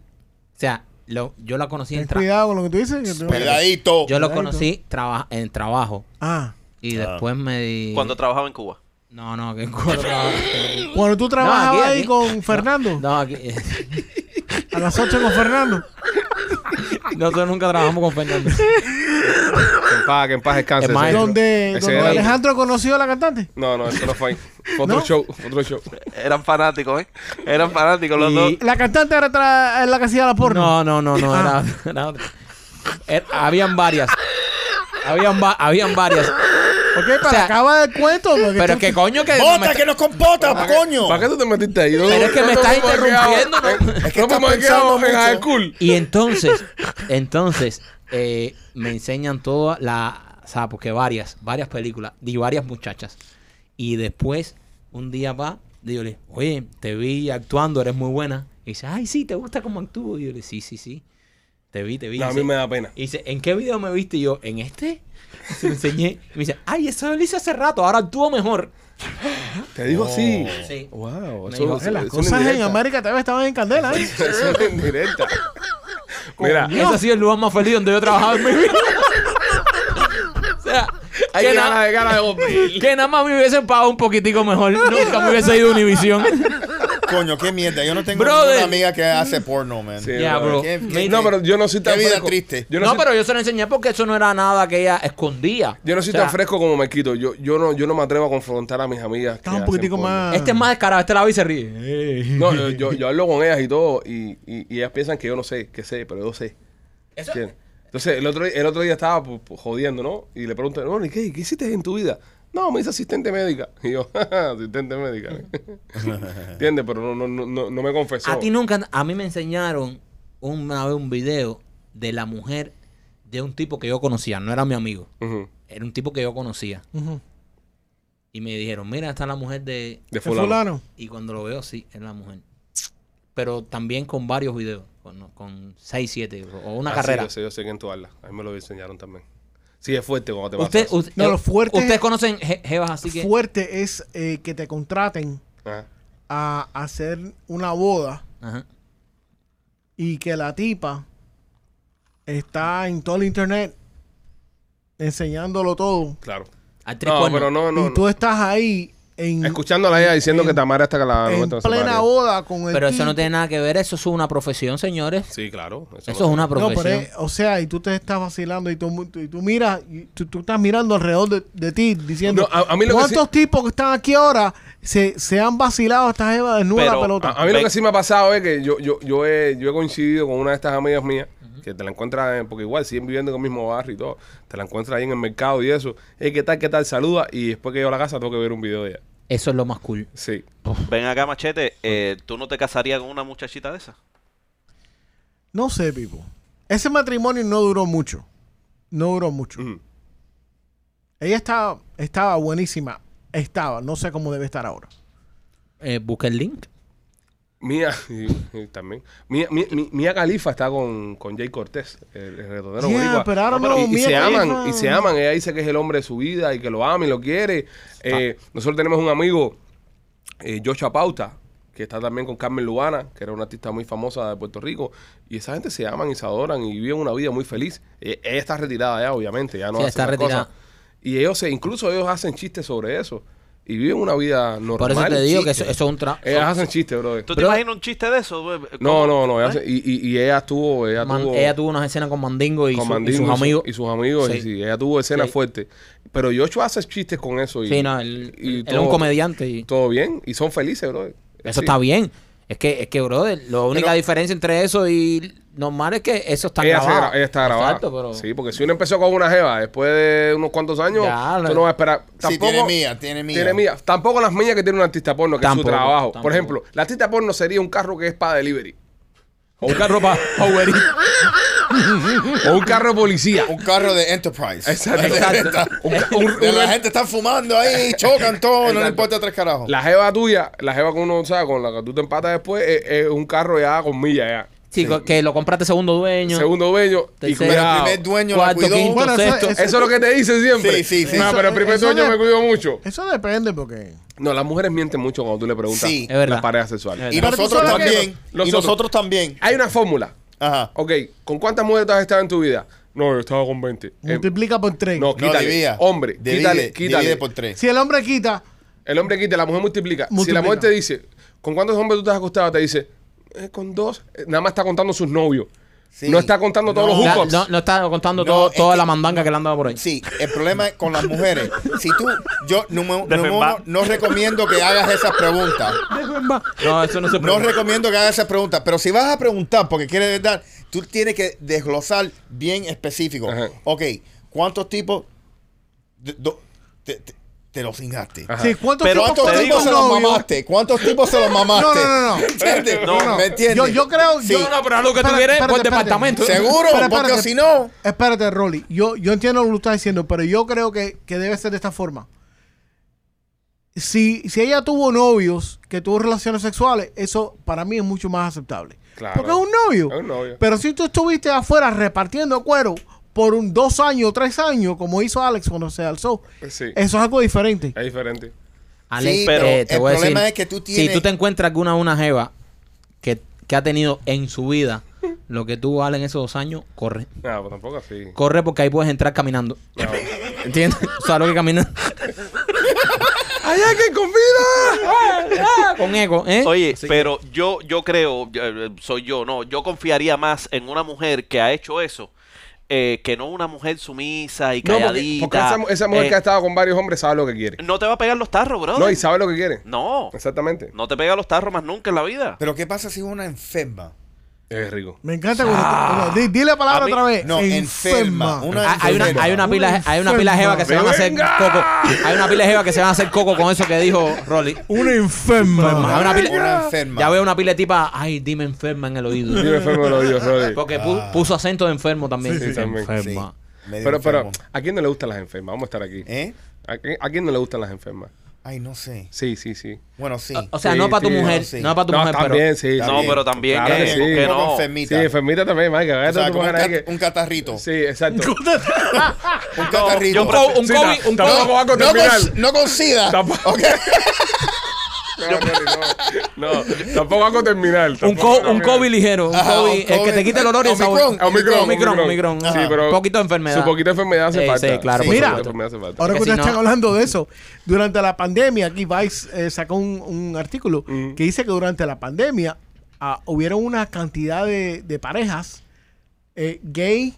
B: O sea, lo- yo las conocí en
C: Ten
B: trabajo.
C: cuidado con lo que tú dices. que tú-
D: Cuidadito.
B: Yo lo
C: Cuidado.
B: conocí traba- en trabajo.
C: Ah,
B: Y después me di...
E: Cuando trabajaba en Cuba.
B: No, no, que cuando
C: (laughs)
B: trabajaba-
C: cuando tú trabajabas
B: aquí,
C: ahí
B: aquí.
C: con Fernando,
B: No, aquí... (laughs)
C: a las 8 con Fernando.
B: Nosotros nunca trabajamos con Fernando.
A: Que en paz, que en paz descanse.
B: El
A: ese-
B: maestro.
C: Donde,
A: ese
C: donde
A: era-
C: Ah, Alejandro conoció a la cantante.
A: No, no, eso no fue. ahí. Fue otro
C: ¿No?
A: show, fue otro show.
E: Eran fanáticos, ¿eh? Eran fanáticos los
B: Y-
E: dos.
C: La cantante era tra- la que hacía la porno.
B: No, no, no, no.
C: Ah.
B: Era, era otra. Era- habían varias. Habían, va- habían varias.
C: ¿Por qué? Para
B: O sea,
C: acabar el cuento. porque
B: Pero
C: tú-
B: que coño que... no me
D: ¡Bota,
B: está-
D: que nos compota, coño!
A: ¿Para qué tú te metiste ahí? No,
B: Pero es que
A: no
B: me
A: te
B: estás
A: hemos quedado-
B: interrumpiendo, ¿no?
A: eh,
D: Es que
A: no te
D: estás
A: hemos
D: pensando
A: quedado en
D: mucho.
A: high school.
B: Y entonces, entonces, eh, me enseñan todas las, o sea, porque varias, varias películas y varias muchachas. Y después, un día va, digo, le, oye, te vi actuando, eres muy buena. Y dice, ay, sí, te gusta cómo actúo. Y yo le, sí, sí, sí. Te vi, te vi.
A: No, a
B: Dice,
A: mí me da pena.
B: y dice, ¿en qué video me viste? Y yo, ¿en este? Y se lo enseñé. Y me dice, ay, eso lo hice hace rato, ahora actúo mejor.
A: Te dijo así.
B: Sí.
A: Wow,
B: Me
A: eso-
B: dijo,
A: eso-
C: las
A: eso
C: cosas en
A: indirecta.
C: América TV estaban en candela.
A: (laughs)
C: ¿eh?
A: Eso es indirecta. Mira,
B: Eso ha sido el lugar más feliz donde yo he trabajado en mi vida. (laughs) o sea,
A: hay
B: que,
A: que
B: na-
A: ganas de ganas de golpe.
B: que nada más me hubiesen pagado un poquitico mejor. Nunca me hubiese ido a Univisión.
D: Coño, qué mierda. Yo no tengo
B: Brother.
D: ninguna amiga que hace porno, man.
A: Sí,
B: Ya, bro.
D: ¿Qué- qué-
B: Me-
A: No, pero yo no soy tan
D: Qué vida
A: fresco.
D: triste.
A: Yo no,
B: no,
A: soy,
B: pero yo se lo enseñé porque eso no era nada que ella escondía.
A: yo no soy
B: O sea,
A: tan fresco como me quito. Yo, yo, no, yo no me atrevo a confrontar a mis amigas. que
C: Estaba un
A: hacen
C: poquitico
A: porno.
C: más.
B: Este es más descarado, este la ve y se ríe.
A: No, yo,
C: (laughs)
A: yo, yo hablo con ellas y todo, y, y, y ellas piensan que yo no sé, que sé, pero yo sé.
B: Eso-
A: ¿Entiendes? Entonces, el otro, el otro día estaba pues, pues, jodiendo, ¿no? Y le pregunté, bueno, ¿y qué, qué hiciste en tu vida? No, me hice asistente médica. (laughs) Y yo, asistente
C: (laughs)
A: médica. ¿Entiendes? Pero no, no, no- no, no me confesó.
B: A ti nunca, a mí me enseñaron una vez un video de la mujer de un tipo que yo conocía, no era mi amigo,
A: Ujú.
B: era un tipo que yo conocía.
C: Ujú.
B: Y me dijeron, mira, está la mujer de...
A: De
C: Este
A: fulano.
C: fulano.
B: Y cuando lo veo, sí, es la mujer. Pero también con varios videos, con, con 6, 7 o una
A: Ah, sí,
B: carrera.
A: yo sé, yo sé quién tú hablas. A mí me lo enseñaron también. Sí, es fuerte cuando te pasa
B: Usted,
A: eso.
B: usted-
C: No, lo fuerte-
B: Ustedes conocen je- jevas así que...
C: Fuerte es eh, que te contraten
A: Ajá.
C: a hacer una boda
B: Ajá.
C: y que la tipa está en todo el internet enseñándolo todo.
A: Claro.
B: Actriz
A: No,
B: porno.
A: pero no, no.
C: y tú estás ahí en,
A: no. Escuchando a la ella diciendo
C: en-
A: que Tamara está que la
C: en
A: momento no se
C: plena
A: pare.
C: boda con el
B: Pero eso no
C: tipo.
B: tiene nada que ver, eso es una profesión, señores.
A: Sí, claro. Eso, no
B: Eso es
A: se-
B: una
C: No,
B: profesión.
C: pero es- o sea, y tú te estás vacilando y tú, mu- tú- y tú miras, y tú, tú estás mirando alrededor de, de ti diciendo,
A: No, a- a mí lo que
C: ¿cuántos tipos que están aquí ahora se, se han vacilado a esta jeva desnuda a la
A: ah,
E: Pero-
C: pelota?
A: A, a mí lo
E: Ve-
A: que sí me ha pasado es que yo, yo, yo, he, yo he coincidido con una de estas amigas mías que te la encuentras, en- porque igual siguen viviendo en el mismo barrio y todo, te la encuentras ahí en el mercado y eso, hey, ¿qué tal, qué tal? Saluda y después que llego a la casa tengo que ver un video de ella.
B: Eso es lo más cool.
A: Sí.
E: Ven acá, Machete, eh, ¿tú no te casarías con una muchachita de esa?
C: No sé, Pipo. Ese matrimonio no duró mucho. No duró mucho.
A: Ujú.
C: Ella estaba, estaba buenísima. Estaba. No sé cómo debe estar ahora.
B: Eh, busca el link.
A: Mía, (laughs) y- y también. Mía, Mía, Mía- Mía Califa está con, con Jay Cortés, el, el reggaetonero
C: Yeah,
A: boricua.
C: pero ahora no,
A: y, y
C: Mía
A: se
C: Khalifa-
A: aman, y se aman. Ella dice que es el hombre de su vida y que lo ama y lo quiere.
B: Ah.
A: Eh, Nosotros tenemos un amigo, eh, Joshua Pauta, que está también con Carmen Luana, que era una artista muy famosa de Puerto Rico. Y esa gente se aman y se adoran y viven una vida muy feliz. Eh, ella está retirada ya, obviamente, ya no
B: Sí,
A: hace
B: está
A: esas
B: retirada.
A: cosas. Y ellos, se, incluso ellos hacen chistes sobre eso. Y viven una vida normal.
B: Por eso te digo que eso,
A: Chistes.
B: eso es un trabajo.
A: Ellas hacen chistes, brother.
E: ¿Tú te
B: Pero-
E: imaginas un chiste de eso? güey?
A: No,
E: ¿Cómo?
A: no, no. ella
E: ¿Eh?
A: se- y, y- y ella tuvo, ella
B: Man-
A: tuvo,
B: ella tuvo unas escenas con Mandingo y,
A: con
B: su- y
A: Mandingo
B: sus amigos.
A: y sus amigos.
B: Sí.
A: y sí, ella tuvo escenas
B: Sí.
A: fuertes. Pero Joshua hace chistes con eso. Y,
B: sí, no, él,
A: y
B: él es
A: todo-
B: un comediante y
A: Todo bien. Y son felices, bro.
B: eso está bien. Es que, es que, brother, la única
D: Pero-
B: diferencia entre eso y normal es que eso está
A: Ella, se
B: grabado.
A: gra- ella está grabada.
B: Exacto, pero...
A: Sí, porque si uno empezó con una jeva después de unos cuantos años,
B: Ya,
A: tú
B: la-
A: no vas a esperar.
D: Sí,
A: Tampoco,
D: tiene mía, tiene mía.
A: tiene mía. Tampoco las mías que tiene un artista porno, que es
B: Tampoco,
A: su trabajo. Por
B: tampoco.
A: ejemplo, la artista porno sería un carro que es para delivery.
F: O un carro
B: (laughs)
F: para Uber Eats.
A: O un carro de policía.
D: Un carro (laughs) de Enterprise.
A: Exacto. Un ca- un-
D: De
A: un-
D: la gente está fumando ahí, chocan todo, no le importa tres carajos.
A: La jeva tuya, la jeva que uno sabe, con la que tú te empatas después, es, es un carro ya con millas ya.
B: Chicos, que lo compraste segundo dueño.
A: Segundo bello y
B: Tercero.
D: Pero el
A: cuidado.
D: primer dueño
B: Cuarto,
D: la cuidó.
B: quinto,
C: Bueno, eso-
B: sexto.
C: eso-
A: Eso es lo que te dicen siempre.
D: Sí, sí, sí.
A: No,
C: Eso-
A: pero el primer
C: eso
A: dueño
C: de-
A: me cuidó mucho.
C: Eso depende porque...
A: No, las mujeres mienten mucho cuando tú le preguntas
D: Sí. Es
B: verdad.
A: las parejas sexuales.
D: Y
C: Pero tú
D: nosotros
C: sabes que-
D: también.
A: Los
D: y
A: otros.
D: nosotros también.
A: Hay una fórmula.
D: Ajá.
A: Ok, ¿con cuántas mujeres tú has estado en tu vida? No, yo estaba con 20. Eh,
C: multiplica por tres.
A: no,
D: No,
A: quítale.
D: debía.
A: Hombre,
D: Divide,
A: quítale, quítale.
D: Divide por tres.
C: Si el hombre quita,
A: El hombre quita, la mujer multiplica. Si la
C: Multiplica.
A: mujer te dice, ¿con cuántos hombres tú te has acostado? Te dice, eh, con dos. Eh, Nada más está contando sus novios.
D: Sí.
A: No está contando todos
D: No.
A: los
B: Ya,
A: hookups.
B: no, no está contando
D: No,
B: todo-
D: es
B: toda
D: que-
B: la mandanga que le han dado por ahí.
D: Sí, el problema es con las mujeres. Si tú, yo no, me- no,
E: Defenba.
D: no- no recomiendo que hagas esas preguntas.
B: No, eso no se
D: No
B: preocupa.
D: recomiendo que hagas esas preguntas. Pero si vas a preguntar, porque quieres verdad, tú tienes que desglosar bien específico.
A: Ajá.
D: Ok, ¿cuántos tipos de- do- te, te- te los cingaste?
A: Ajá.
C: sí, ¿cuántos
E: Pero
C: tipos
D: ¿Cuántos
E: te
D: tipos
C: con
E: digo-
D: se los
C: novio?
D: mamaste? ¿Cuántos tipos se los mamaste?
C: No, no, no, no.
D: ¿Entiendes?
E: No, no.
D: ¿Me entiendes?
C: Yo, yo creo...
D: Sí.
C: yo-
D: No, no,
F: pero algo que tú
C: Espérate,
F: quieres
C: espérate,
F: por
C: espérate.
F: departamento.
D: Seguro,
C: Pero espérate.
D: porque si no...
C: Espérate, Rolly. Yo, yo entiendo lo que estás diciendo, pero yo creo que, que debe ser de esta forma. Si, si ella tuvo novios que tuvo relaciones sexuales, eso para mí es mucho más aceptable.
A: Claro.
C: Porque es un novio.
A: Es un novio.
C: Pero si tú estuviste afuera repartiendo cuero por un dos años o tres años, como hizo Alex cuando se alzó,
D: Pues
A: Sí.
C: eso es algo diferente.
A: Es diferente.
B: Alex,
D: Sí, pero
B: eh, te
D: el
B: voy a
D: problema
B: decir,
D: es que tú
B: Si
D: tienes-
B: tú te encuentras alguna una jeva que, que ha tenido en su vida lo que tú vales en esos dos años, corre.
A: No, pues tampoco así.
B: Corre porque ahí puedes entrar caminando.
A: No.
D: (laughs)
B: ¿Entiendes? O sea, lo que camina
A: ¡Ay, hay que comida!
D: Ah,
B: con eco, ¿eh?
E: Oye, pero yo, yo creo, yo, eh, soy yo, no, yo confiaría más en una mujer que ha hecho eso eh, que no una mujer sumisa y
A: No,
E: calladita.
A: porque, porque esa, mu- esa mujer
E: eh,
A: que ha estado con varios hombres sabe lo que quiere.
E: No te va a pegar los tarros, bro.
A: No, y sabe lo que quiere.
E: no,
A: Exactamente.
E: no te pega los tarros más nunca en la vida.
D: Pero ¿qué pasa si es una enferma?
A: Es rico.
C: Me encanta cuando... cuando- di, di la palabra
E: A mí-
C: otra vez.
D: Ah. No, enferma. Una
B: Ah, hay, una, hay una pila, hay una pila jeva que se van a hacer
A: ¡Venga!
B: coco. Hay una pila jeva que se van a hacer coco con eso que dijo Rolly.
C: Una enferma.
B: Hay Ah, una pila-
D: Una enferma.
B: Ya veo una pila de tipa, ay, dime enferma en el oído.
D: (laughs)
A: Yo me enfermo de los oídos, Rolly.
B: Porque pu- puso acento de enfermo también.
A: Ah. Sí, sí, también.
B: Enferma.
D: Sí, medio
A: Pero, pero,
D: enfermo.
A: ¿a quién no le gustan las enfermas? Vamos a estar aquí.
D: ¿Eh?
A: ¿A quién, a quién no le gustan las enfermas?
D: Ay, no sé.
A: Sí, sí, sí.
D: Bueno, sí.
B: O sea,
A: Sí,
B: no para tu
A: sí,
B: mujer,
D: sí.
B: no para tu
A: no,
B: mujer,
A: también,
B: pero
A: sí.
E: No,
A: sí.
E: pero también
A: Claro
E: que,
A: que sí.
E: que
D: Un poco
E: no.
A: Sí,
D: enfermita.
A: enfermita también, Mike.
D: O sea, como un, cat-
A: que...
D: un catarrito.
A: Sí, exacto.
D: (laughs) Un catarrito.
E: yo
D: no,
B: un
A: Sí,
B: COVID,
A: no,
B: un
A: tampoco
B: COVID.
A: va a
D: no,
A: terminar.
D: con, no con sida.
A: Tampoco.
D: Ok.
A: (laughs) No, Rolly, no. No, tampoco va a terminar.
B: Un,
A: tampoco va a
B: co- un
A: terminar.
B: COVID ligero, un
D: Ajá,
B: COVID,
D: un
B: el que te
D: COVID.
B: quite el olor y el sabor.
D: Omicron,
A: Omicron,
B: Ah, Omicron, Omicron.
A: Sí,
B: Ajá.
A: pero
B: Un poquito de enfermedad.
A: Su poquito de enfermedad hace
B: Sí,
A: falta.
B: sí, claro,
A: Su
C: por
A: poquito de
C: supuesto.
A: enfermedad hace falta.
C: Ahora que
B: Porque
C: ustedes
B: si no-
C: están hablando de eso, durante la pandemia, aquí Vice eh, sacó un, un artículo
A: Mm.
C: que dice que durante la pandemia ah, hubieron una cantidad de, de parejas eh, gay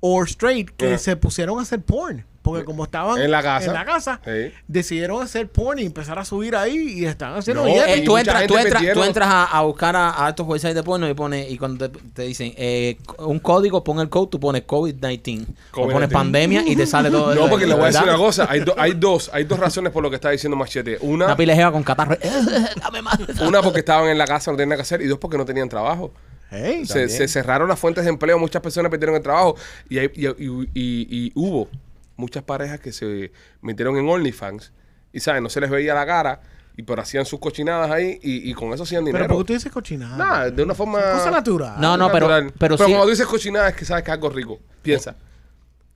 C: o straight que
A: Ajá.
C: se pusieron a hacer porn. Porque como estaban
A: En la casa.
C: casa,
A: Sí.
C: decidieron hacer porn y empezar a subir ahí y están haciendo
A: No,
C: billetes.
A: y
B: Eh, tú,
A: mucha
B: entras,
A: gente
B: tú, entras,
A: metieron-
B: tú entras a, a buscar a, a estos websites de porno y pones, y cuando te, te dicen eh, un código, pon el code, tú pones COVID-19. o
A: COVID-19.
B: pones pandemia y te sale todo
A: (laughs)
B: eso
A: No, porque
B: ahí,
A: le voy a decir
B: ¿verdad?
A: una cosa. Hay, do- hay dos, hay dos razones por lo que está diciendo Machete. Una,
B: Una pilejea con catarro. (laughs) Dame más.
A: una porque estaban en la casa, no tenían nada que hacer, y dos porque no tenían trabajo.
C: Hey,
A: Se, se cerraron las fuentes de empleo, muchas personas perdieron el trabajo y, hay- y- y- y- y hubo muchas parejas que se metieron en OnlyFans y, ¿sabes? No se les veía la cara, y pero hacían sus cochinadas ahí y, y con eso hacían
C: pero ¿por
A: dinero.
C: qué tú dices cochinada?
A: Nada, de una forma...
C: Cosa natural.
B: No, no, pero,
A: natural.
B: pero, sí.
A: cuando dices cochinada es que sabes que es algo rico. Piensa.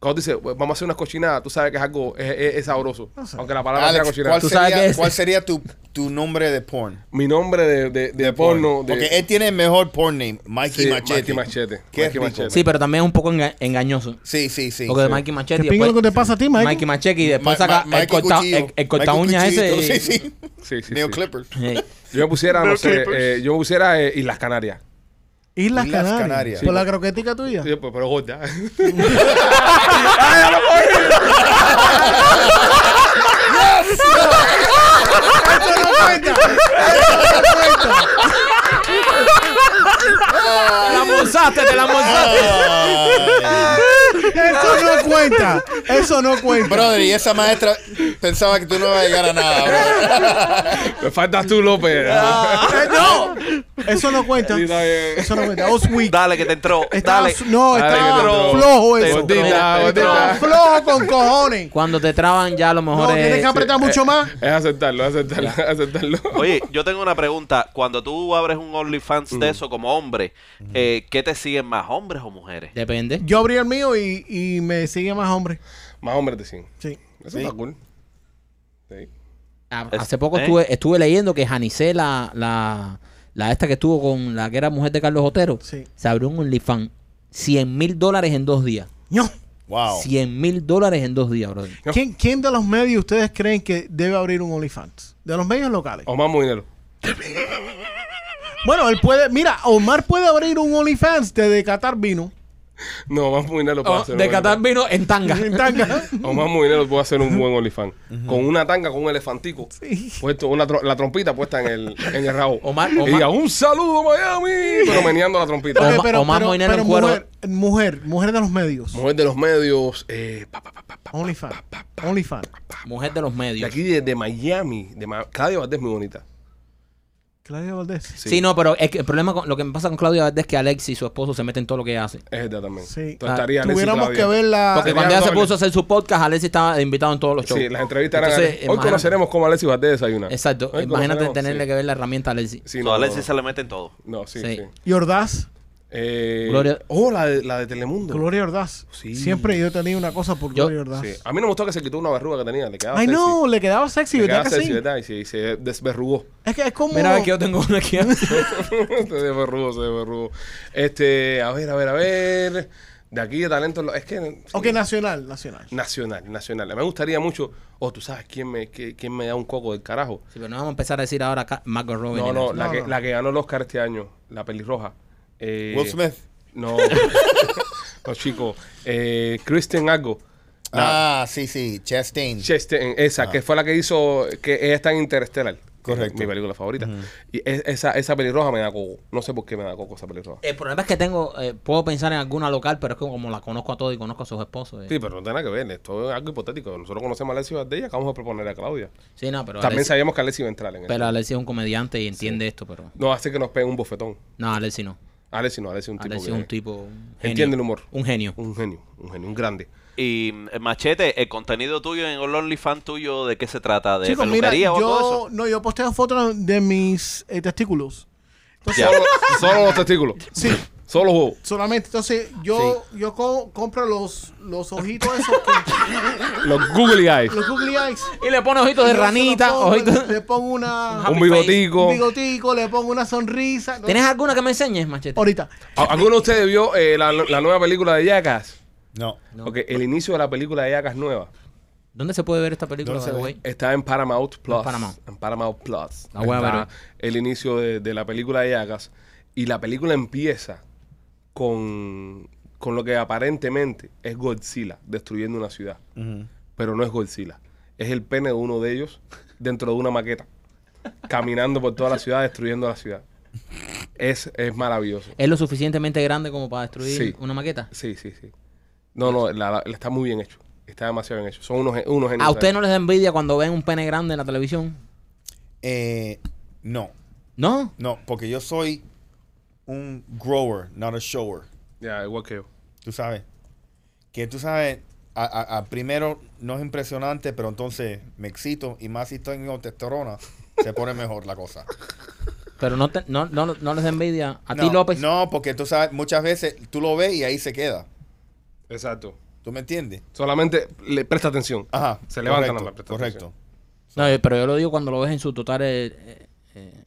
A: Cuando dices, "Bueno, vamos a hacer unas cochinadas, tú sabes que es algo es, es- es sabroso. Aunque la palabra sea
D: Alex,
A: cochinada.
D: ¿cuál
B: Tú sabes
D: sería,
B: que es-
D: cuál sería tu, tu nombre de porn?
A: Mi nombre de, de- de porno. de-
D: Porque él tiene el mejor porn name, Mikey
A: Sí,
D: Machete.
A: Mikey Machete.
D: Qué
A: Mikey
D: rico.
A: Machete.
B: Sí, pero también es un poco enga- engañoso.
D: Sí, sí, sí.
B: porque de
D: sí.
B: Mikey Machete.
C: ¿Qué
B: y
C: pingo lo que
B: después-
C: te pasa a ti, Mike?
B: Mikey Machete y
D: Ma-
B: después
D: ma-
B: saca el,
D: Mikey
B: corta,
D: Cuchillo.
B: el, el corta
D: Mikey
B: uñas
D: Cuchillito,
B: ese. y-
D: Sí, sí.
A: sí, sí,
D: Neo
A: sí.
B: (laughs)
D: Clippers.
B: Sí.
A: Yo me pusiera, no
E: Pero
A: sé,
E: Clippers.
A: eh, yo me pusiera eh, Islas Canarias.
C: Islas
D: Islas
C: Canarias.
D: Canarias.
C: Por la croquetica tuya.
A: Sí, pues, pero, pero
C: (laughs)
A: gorda.
B: Te la monzaste, te la
D: (laughs)
B: monzaste.
D: Ay.
C: Eso no cuenta. Eso no cuenta.
D: Brother, y esa maestra pensaba que tú no ibas a llegar a nada, brother.
A: Me faltas tú, López.
E: Ah,
C: Eh, no. Eso no cuenta.
A: Sí, está bien.
C: Eso no cuenta. Osweek.
E: Dale que te entró.
C: Estaba
E: Dale.
C: su- no,
A: Dale,
C: estaba
A: que te entró.
C: flojo eso.
E: Te entró.
A: Gordita,
C: Estaba
A: gordita.
C: flojo con cojones.
B: Cuando te traban ya a lo mejor
C: No,
B: es-
C: tienes que apretar mucho más.
A: eh, Es aceptarlo, es aceptarlo, es aceptarlo.
E: Oye, yo tengo una pregunta. Cuando tú abres un OnlyFans
A: Mm.
E: de eso como hombre, eh, ¿qué te siguen más, hombres o mujeres?
B: Depende.
C: Yo abrí el mío y, y me sigue más hombre.
A: Más hombres de 100.
C: Sí.
A: Eso está cool. Sí.
B: A-
E: Es-
B: Hace poco
E: ¿eh?
B: estuve, estuve leyendo que Janice, la, la, la esta que estuvo con la que era mujer de Carlos Otero,
C: Sí.
B: se abrió un OnlyFans. 100 mil dólares en dos días.
C: No.
D: Wow.
B: 100 mil dólares en dos días, brother.
A: No.
C: ¿Quién, ¿Quién de los medios ustedes creen que debe abrir un OnlyFans? De los medios locales.
A: O más dinero.
C: Bueno, él puede. Mira, Omar puede abrir un OnlyFans desde Qatar vino.
A: No, más dinero puedo hacer.
B: Oh, de
A: un buen-
B: Qatar vino en
D: (laughs)
B: tanga.
C: En tanga.
A: O más dinero puedo hacer un buen olifán. Con una tanga, con un elefantico. Puesto, una tro- la trompita puesta en el, en el rabo.
B: Omar-
A: Y
B: Omar-
A: diga, un saludo Miami. Pero meneando la trompita.
C: Ok,
B: Omar- Omar Moinero en cuero.
C: mujer, mujer, mujer de los medios.
A: Mujer de los medios. Eh, pa, pa, pa, pa, pa,
C: OnlyFans.
A: pa, pa, pa.
C: OnlyFans.
B: Mujer de los
A: De
B: medios.
A: aquí de, de Miami. De Ma- Claudia Valdés es muy bonita.
C: Claudia Valdés.
B: Sí. no, pero es que el problema con lo que me pasa con Claudia Valdés es que Alexis y su esposo se meten en todo lo que ella hace.
A: Es esta también.
C: Sí. Ah,
A: Entonces estaría Alexis y
C: Tuviéramos
A: Claudia.
C: que ver
B: Porque
A: sería
C: la.
B: cuando ella se
A: Ah, doble.
B: puso a hacer su podcast, Alexis estaba de invitado en todos los shows.
A: Sí, las entrevistas eran.
B: Entonces,
A: Hoy
B: imagínate-
A: conoceremos cómo Alexis Valdés desayuna.
B: Exacto.
A: Hoy
B: Imagínate
A: conoceremos-
B: tenerle
A: sí.
B: que ver la herramienta a Alexis.
A: Sí,
E: So,
A: no,
E: Alexis
A: no,
E: se le mete en todo.
A: no, sí,
B: Sí.
A: sí.
C: Y Ordaz.
A: Eh,
B: Gloria-
A: Oh, la de, la de Telemundo.
C: Gloria Ordaz.
A: Sí.
C: Siempre yo tenía una cosa por
B: Yo-
C: Gloria Ordaz.
A: Sí. A mí no me gustó que se quitó una verruga que tenía. Le quedaba
C: Ay,
A: sexy.
C: no, le quedaba sexy,
A: Le
C: ¿verdad?
A: quedaba
C: Que
A: sexy,
C: sí?
A: ¿verdad? Y se, se desverrugó. (laughs)
C: Es que es como.
B: Mira, ve que yo tengo una aquí. (laughs)
A: se desverrugó, se desverrugó. Este, a ver, a ver, a ver. De aquí de talento. lo- Es que. sí.
C: Ok, nacional, nacional.
A: Nacional, nacional. Me gustaría mucho. Oh, tú sabes quién me, qué- quién me da un coco del carajo.
B: Sí, pero no vamos a empezar a decir ahora acá Margot Robbie.
A: No,
B: ni
A: no,
B: nada.
A: la,
C: No,
A: que,
C: no.
A: la que ganó el Oscar este año, la pelirroja. Eh,
D: Will Smith.
A: No. (laughs) no, chico. Eh, Kristen Algo. La-
D: Ah, sí, sí. Chastain.
A: Chastain, esa, que fue la que hizo, que ella está en Interstellar. que es
D: Correcto.
A: Mi película favorita. Y es- esa, esa pelirroja me da coco. No sé por qué me da coco esa pelirroja.
B: El problema es que tengo, eh, puedo pensar en alguna local, pero es que como la conozco a todos y conozco a sus esposos. eh.
A: Sí, pero no tiene nada que ver. Esto es algo hipotético. Nosotros conocemos a Alexis Valdés y acabamos de proponer a Claudia.
B: Sí, no, pero
A: También
B: Alexis,
A: sabíamos que Alexis iba a entrar en
B: pero
A: esto.
B: Alexis es un comediante y entiende esto, pero...
A: No hace que nos peguen un bofetón.
B: No, Alexis no.
A: Alexis no, Alexis es un tipo.
B: Alexis
A: que-
B: es un tipo... un genio.
A: Entiende el humor.
B: Un genio.
A: Un genio, un genio, un grande.
E: Y mm, Machete, el contenido tuyo en el OnlyFans tuyo, ¿de qué se trata? ¿De
C: Chicos, mira,
E: peluquería o todo
C: yo,
E: eso?
C: no, yo posteo fotos de mis eh, testículos.
E: Ya.
A: Solo, solo los testículos.
C: Sí,
A: Solo los huevos.
C: solamente. Entonces, yo, yo co- compro los, los ojitos esos que.
A: Los googly eyes.
C: los googly eyes.
B: Y le pone ojitos de
C: Yo se los
B: ranita,
C: pongo,
B: ojitos...
C: Le pongo una.
A: Un
B: Happy
A: bigotico.
C: Un bigotico, le pongo una sonrisa.
B: ¿Tienes alguna que me enseñes, Machete?
C: Ahorita.
A: ¿A- ¿Alguno de ustedes vio eh, la, la nueva película de Jackass?
D: No.
B: No.
A: Porque el inicio de la película de Jackass nueva
B: ¿Dónde se puede ver esta película,
D: ¿Dónde se
B: by the way?
D: ve?
A: está en Paramount Plus.
B: En Paramount.
A: En Paramount Plus.
B: La voy a ver
A: Está
B: hoy.
A: El inicio de, de la película de Jackass. Y la película empieza con, con lo que aparentemente es Godzilla destruyendo una ciudad. pero no es Godzilla. Es el pene de uno de ellos dentro de una maqueta, caminando por toda la ciudad, destruyendo la ciudad. Es, es maravilloso.
B: ¿Es lo suficientemente grande como para destruir
A: Sí.
B: una maqueta?
A: Sí, sí, sí. No, no, la- la- está muy bien hecho. Está demasiado bien hecho. Son unos, gen- unos genios.
B: ¿A ustedes no les da envidia cuando ven un pene grande en la televisión?
D: Eh, no,
B: ¿No?
D: no, porque yo soy un grower, not a shower.
A: Ya, igual que yo.
D: Tú sabes. Que tú sabes, a, a- a primero no es impresionante, pero entonces me excito y más si estoy en testosterona, se pone mejor la cosa.
B: Pero no, te- no, no, no les da envidia. (laughs) ¿A ti,
D: No,
B: López?
D: No, porque tú sabes, muchas veces tú lo ves y ahí se queda.
A: Exacto.
D: ¿Tú me entiendes?
A: Solamente le presta atención.
D: Ajá.
A: Se levantan a la
D: correcto,
A: prestación.
D: Correcto.
B: No, eh, pero yo lo digo cuando lo ves en su total... eh, eh, eh,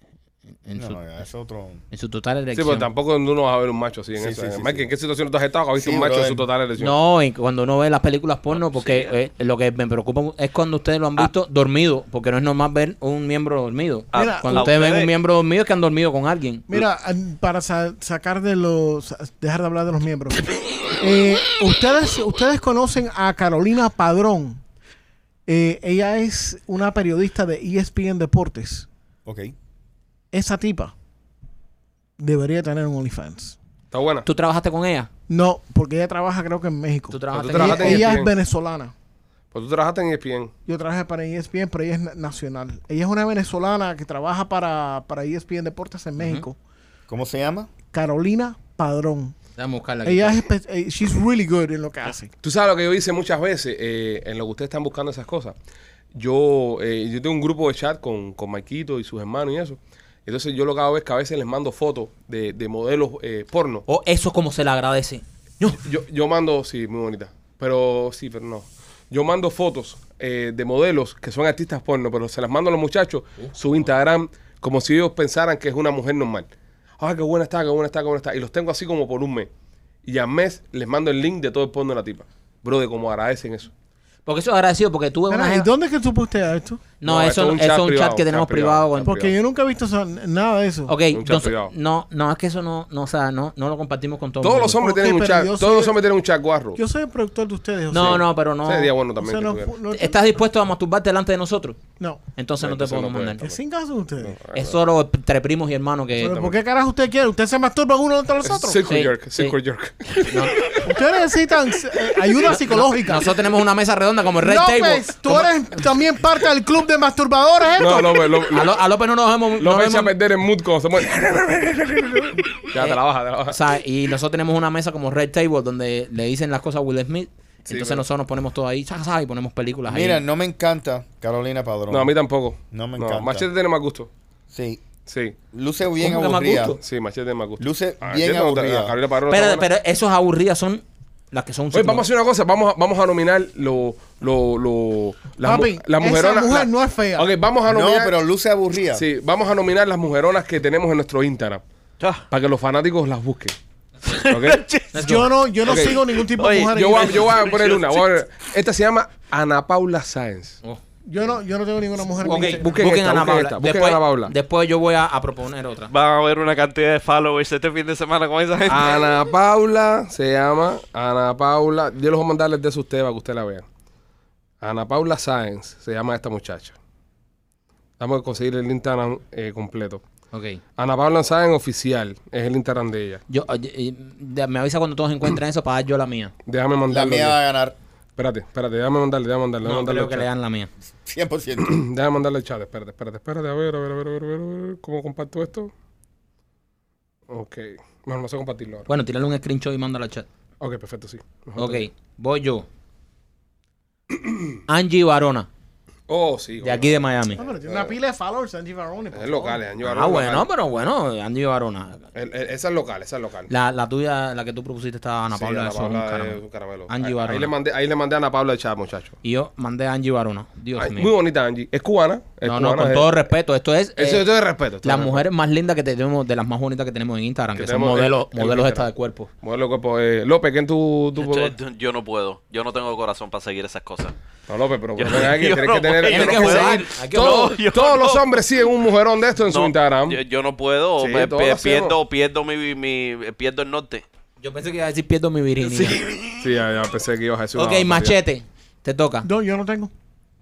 B: en,
D: No,
B: su,
D: no, es otro.
B: en su total
A: Sí,
B: erección.
A: pero tampoco uno va a ver un macho así en
D: Sí,
A: eso.
D: sí, sí,
A: Mike,
D: sí.
A: ¿en qué situación tú has estado? que ¿Has visto
D: Sí,
A: un macho en
D: brother.
A: su total elección?
B: No, y cuando uno ve las películas porno, porque eh, lo que me preocupa es cuando ustedes lo han
A: Ah.
B: visto dormido, porque no es normal ver un miembro dormido.
E: Ah, A-
C: Mira,
A: ah,
B: cuando
E: a
B: ustedes ven
E: ustedes-
B: un miembro dormido es que han dormido con alguien.
C: Mira, an- para sa- sacar de los. dejar de hablar de los miembros. Eh, ustedes, ustedes conocen a Carolina Padrón. Eh, ella es una periodista de E ESPN Deportes.
D: Ok.
C: Esa tipa debería tener un OnlyFans.
A: Está buena.
B: ¿Tú trabajaste con ella?
C: No, porque ella trabaja, creo que en México.
B: ¿Tú
A: Pero tú
B: trabajaste E con ella?
A: trabajaste
C: Ella,
A: en E
C: ella es
A: ESPN.
C: venezolana.
A: Pues tú trabajaste en ESPN.
C: Yo trabajé para E ESPN, pero ella es na- nacional. Ella es una venezolana que trabaja para, para E ESPN Deportes en México.
D: ¿Cómo se llama?
C: Carolina Padrón.
B: Déjame buscarla aquí.
C: Ella es, espe- eh, she's really good en lo que hace.
A: Tú sabes lo que yo hice muchas veces eh, en lo que ustedes están buscando esas cosas. Yo, eh, yo tengo un grupo de chat con, con Maikito y sus hermanos y eso. Entonces yo lo que hago es que a veces les mando fotos de, de modelos eh, porno.
B: O Oh, eso es como se le agradece. No.
A: Yo, yo mando, sí, muy bonita. Pero sí, pero no. Yo mando fotos eh, de modelos que son artistas porno, pero se las mando a los muchachos, su Instagram, como si ellos pensaran que es una mujer normal. Ah, qué buena está, qué buena está, qué buena está. Y los tengo así como por un mes. Y al mes les mando el link de todo el porno de la tipa. Bro, de cómo agradecen eso.
B: Porque eso es agradecido, porque tú ves
C: Mira,
B: una...
C: ¿Y
B: jeva-
C: dónde es que tú posteas esto?
B: No,
A: No, esto
B: eso,
A: es un
B: eso es un
A: chat
B: chat,
A: privado,
B: que tenemos
A: chat privado,
B: privado.
A: chat
B: con-
C: Porque yo nunca he visto eso- nada de eso.
B: Ok,
A: un chat
B: entonces,
A: privado.
B: no, no, es que eso no, no, o sea, no, no lo compartimos con todo el
A: Todos
B: mundo.
A: los hombres
C: Ok,
A: tienen un
C: pero
A: chat.
C: yo
A: Todos
C: soy-
A: los hombres tienen un chat guarro.
C: Yo soy el productor de ustedes. o
B: No,
C: sea,
B: no, pero no...
A: Sería bueno
C: o
A: también.
C: sea,
A: que
C: no,
A: tuviera.
C: no-
B: ¿Estás dispuesto a masturbarte delante de nosotros?
C: no.
B: Entonces
A: No,
B: no, te
A: entonces
B: podemos
A: no puede.
B: mandar.
C: ¿Qué sin caso de ustedes?
B: Es solo entre primos y hermanos que...
C: ¿Pero por qué carajo usted quiere? ¿Usted se masturba uno entre los otros?
A: Circle
B: Sí,
A: jerk,
B: sí.
A: circle
C: (laughs)
A: jerk.
C: Ustedes necesitan eh, ayuda psicológica.
B: Nosotros tenemos una mesa redonda como el Red Table.
C: López, tú
B: Como-
C: eres también parte del club de masturbadores, ¿eh?
A: No, López, López,
C: (laughs)
B: A, Lo- a López no nos vemos. no
A: López echa a
B: vemos-
A: perder el mood cuando se muere. ya, te la baja, te la
B: o
A: baja.
B: sea, y nosotros tenemos una mesa como Red Table donde le dicen las cosas a Will Smith.
A: Sí,
B: entonces
A: pero-
B: nosotros nos ponemos todo ahí sa, sa, y ponemos películas
D: Mira,
B: ahí.
D: no me encanta Carolina Padrón.
A: No, a mí tampoco.
D: No me encanta.
A: Machete tiene más gusto.
D: Sí.
A: Sí,
D: Luce bien
B: ¿Cómo que me
D: aburrida.
B: gusto?
A: sí, Machete tiene más gusto.
D: Luce
A: Ah,
D: bien
A: ¿entiendes? No,
D: aburrida.
A: la Carolina Parrón está
B: pero,
A: buena.
B: pero esas aburridas son las que son...
A: Oye, vamos a hacer una cosa. Vamos a, vamos a nominar lo, lo, lo, las,
C: Papi,
A: mu- las
C: esa
A: mujeronas.
C: mujer
A: la-
C: no es fea.
A: Ok, vamos a
D: No,
A: nominar.
D: pero luce aburrida.
A: Sí, vamos a nominar las mujeronas que tenemos en nuestro Instagram.
E: Ah,
A: Para que los fanáticos las busquen.
C: (laughs)
A: ¿Ok?
C: Yo no, yo no
A: Ok.
C: sigo ningún tipo
E: Oye,
C: de mujer. en
A: Yo voy, a-
C: Instagram.
A: yo voy a poner una. voy a poner- Esta se llama Ana Paula Sáenz.
C: Yo no, yo no tengo ninguna mujer. en
B: Ok,
C: mi Instagram.
A: busquen
B: busquen,
A: esta,
B: a Ana
A: busquen
B: Paula.
A: esta, busquen
B: después,
A: a Ana Paula.
B: después yo voy a, a proponer otra.
E: Van a haber una cantidad de followers este fin de semana con esa (laughs) gente.
A: Ana Paula se llama Ana Paula. Yo les voy a mandar el de usted para que usted la vea. Ana Paula Sáenz se llama esta muchacha. Vamos a conseguir el Instagram eh, completo.
B: Ok.
A: Ana Paula Sáenz oficial es el Instagram de ella.
B: Yo, oye, y- de- me avisa cuando todos encuentren eso para dar yo la mía.
A: Déjame
D: La
A: mandarle.
D: mía va a ganar
A: Espérate, espérate, déjame mandarle, déjame mandarle.
B: No,
A: Déjame mandarle
B: creo
A: al
B: que le
A: chat.
B: dan la mía.
A: (clears throat)
D: 100%.
A: Déjame mandarle el chat. Espérate, espérate, espérate. A ver, a ver, a ver, a ver, a ver, a ver. ¿Cómo comparto esto? Ok. Bueno, no sé compartirlo ahora.
B: Bueno, tírale un screenshot y mándalo al chat.
A: Ok, perfecto, sí. Mejor
B: Ok,
A: todavía.
B: voy yo. Angie Varona,
A: Oh, sí.
B: de aquí de Miami.
C: Ah, pero tiene una pila de followers, Angie Barone. por
A: Es
C: favor.
A: local, es Angie
B: Ah,
A: Barona,
B: bueno,
A: local.
B: pero bueno, Angie Varona.
A: El- el- esa es local, esa es local.
B: La, la tuya, la que tú propusiste estaba Ana
A: Sí,
B: Paula,
A: Ana
B: eso es un
A: Paula de
B: caramelo.
A: un caramelo.
B: Angie
A: Ahí- ahí,
B: Barona.
A: le mandé, ahí le mandé a Ana Paula el chat, muchacho.
B: Y yo mandé a Angie Varona. Dios
A: Ay,
B: mío.
A: muy bonita Angie. Es cubana. es
B: no, no,
A: cubana,
B: con
A: es-
B: todo respeto, esto es
A: Eso
B: eh,
A: es todo de respeto. esto es
B: las
A: de
B: mujeres más lindas que tenemos, de las más bonitas que tenemos en Instagram,
A: Que
B: que, son
A: tenemos en-
B: modelos,
A: en
B: modelos
A: Instagram.
B: estas de cuerpo.
A: respeto. Modelo de cuerpo. eh, López, ¿quién tú? tú
E: Yo- yo- Yo no puedo. Yo no tengo corazón para seguir esas cosas.
A: pues, no, López, pero pero
E: Yo- (laughs)
A: ven aquí,
E: yo
A: tienes
E: no
A: que tener.
E: puedo.
A: tienes
B: Hay que
A: que
B: joder,
A: seguir.
B: hay que
A: Todos-
E: joder. No, yo
A: Todos los
E: no.
A: hombres siguen un mujerón de esto en su
E: No,
A: Instagram.
E: Yo, yo no puedo.
A: Sí,
E: pe-
A: todos
E: pe-
A: lo hacemos.
E: pierdo, pierdo mi, mi- pierdo el norte.
B: Yo pensé que iba a decir pierdo mi virginidad.
A: Sí, ya, ya pensé que ibas a decir.
B: (laughs) ok,
A: una barbaridad.
B: machete. Te toca.
C: No, yo no tengo.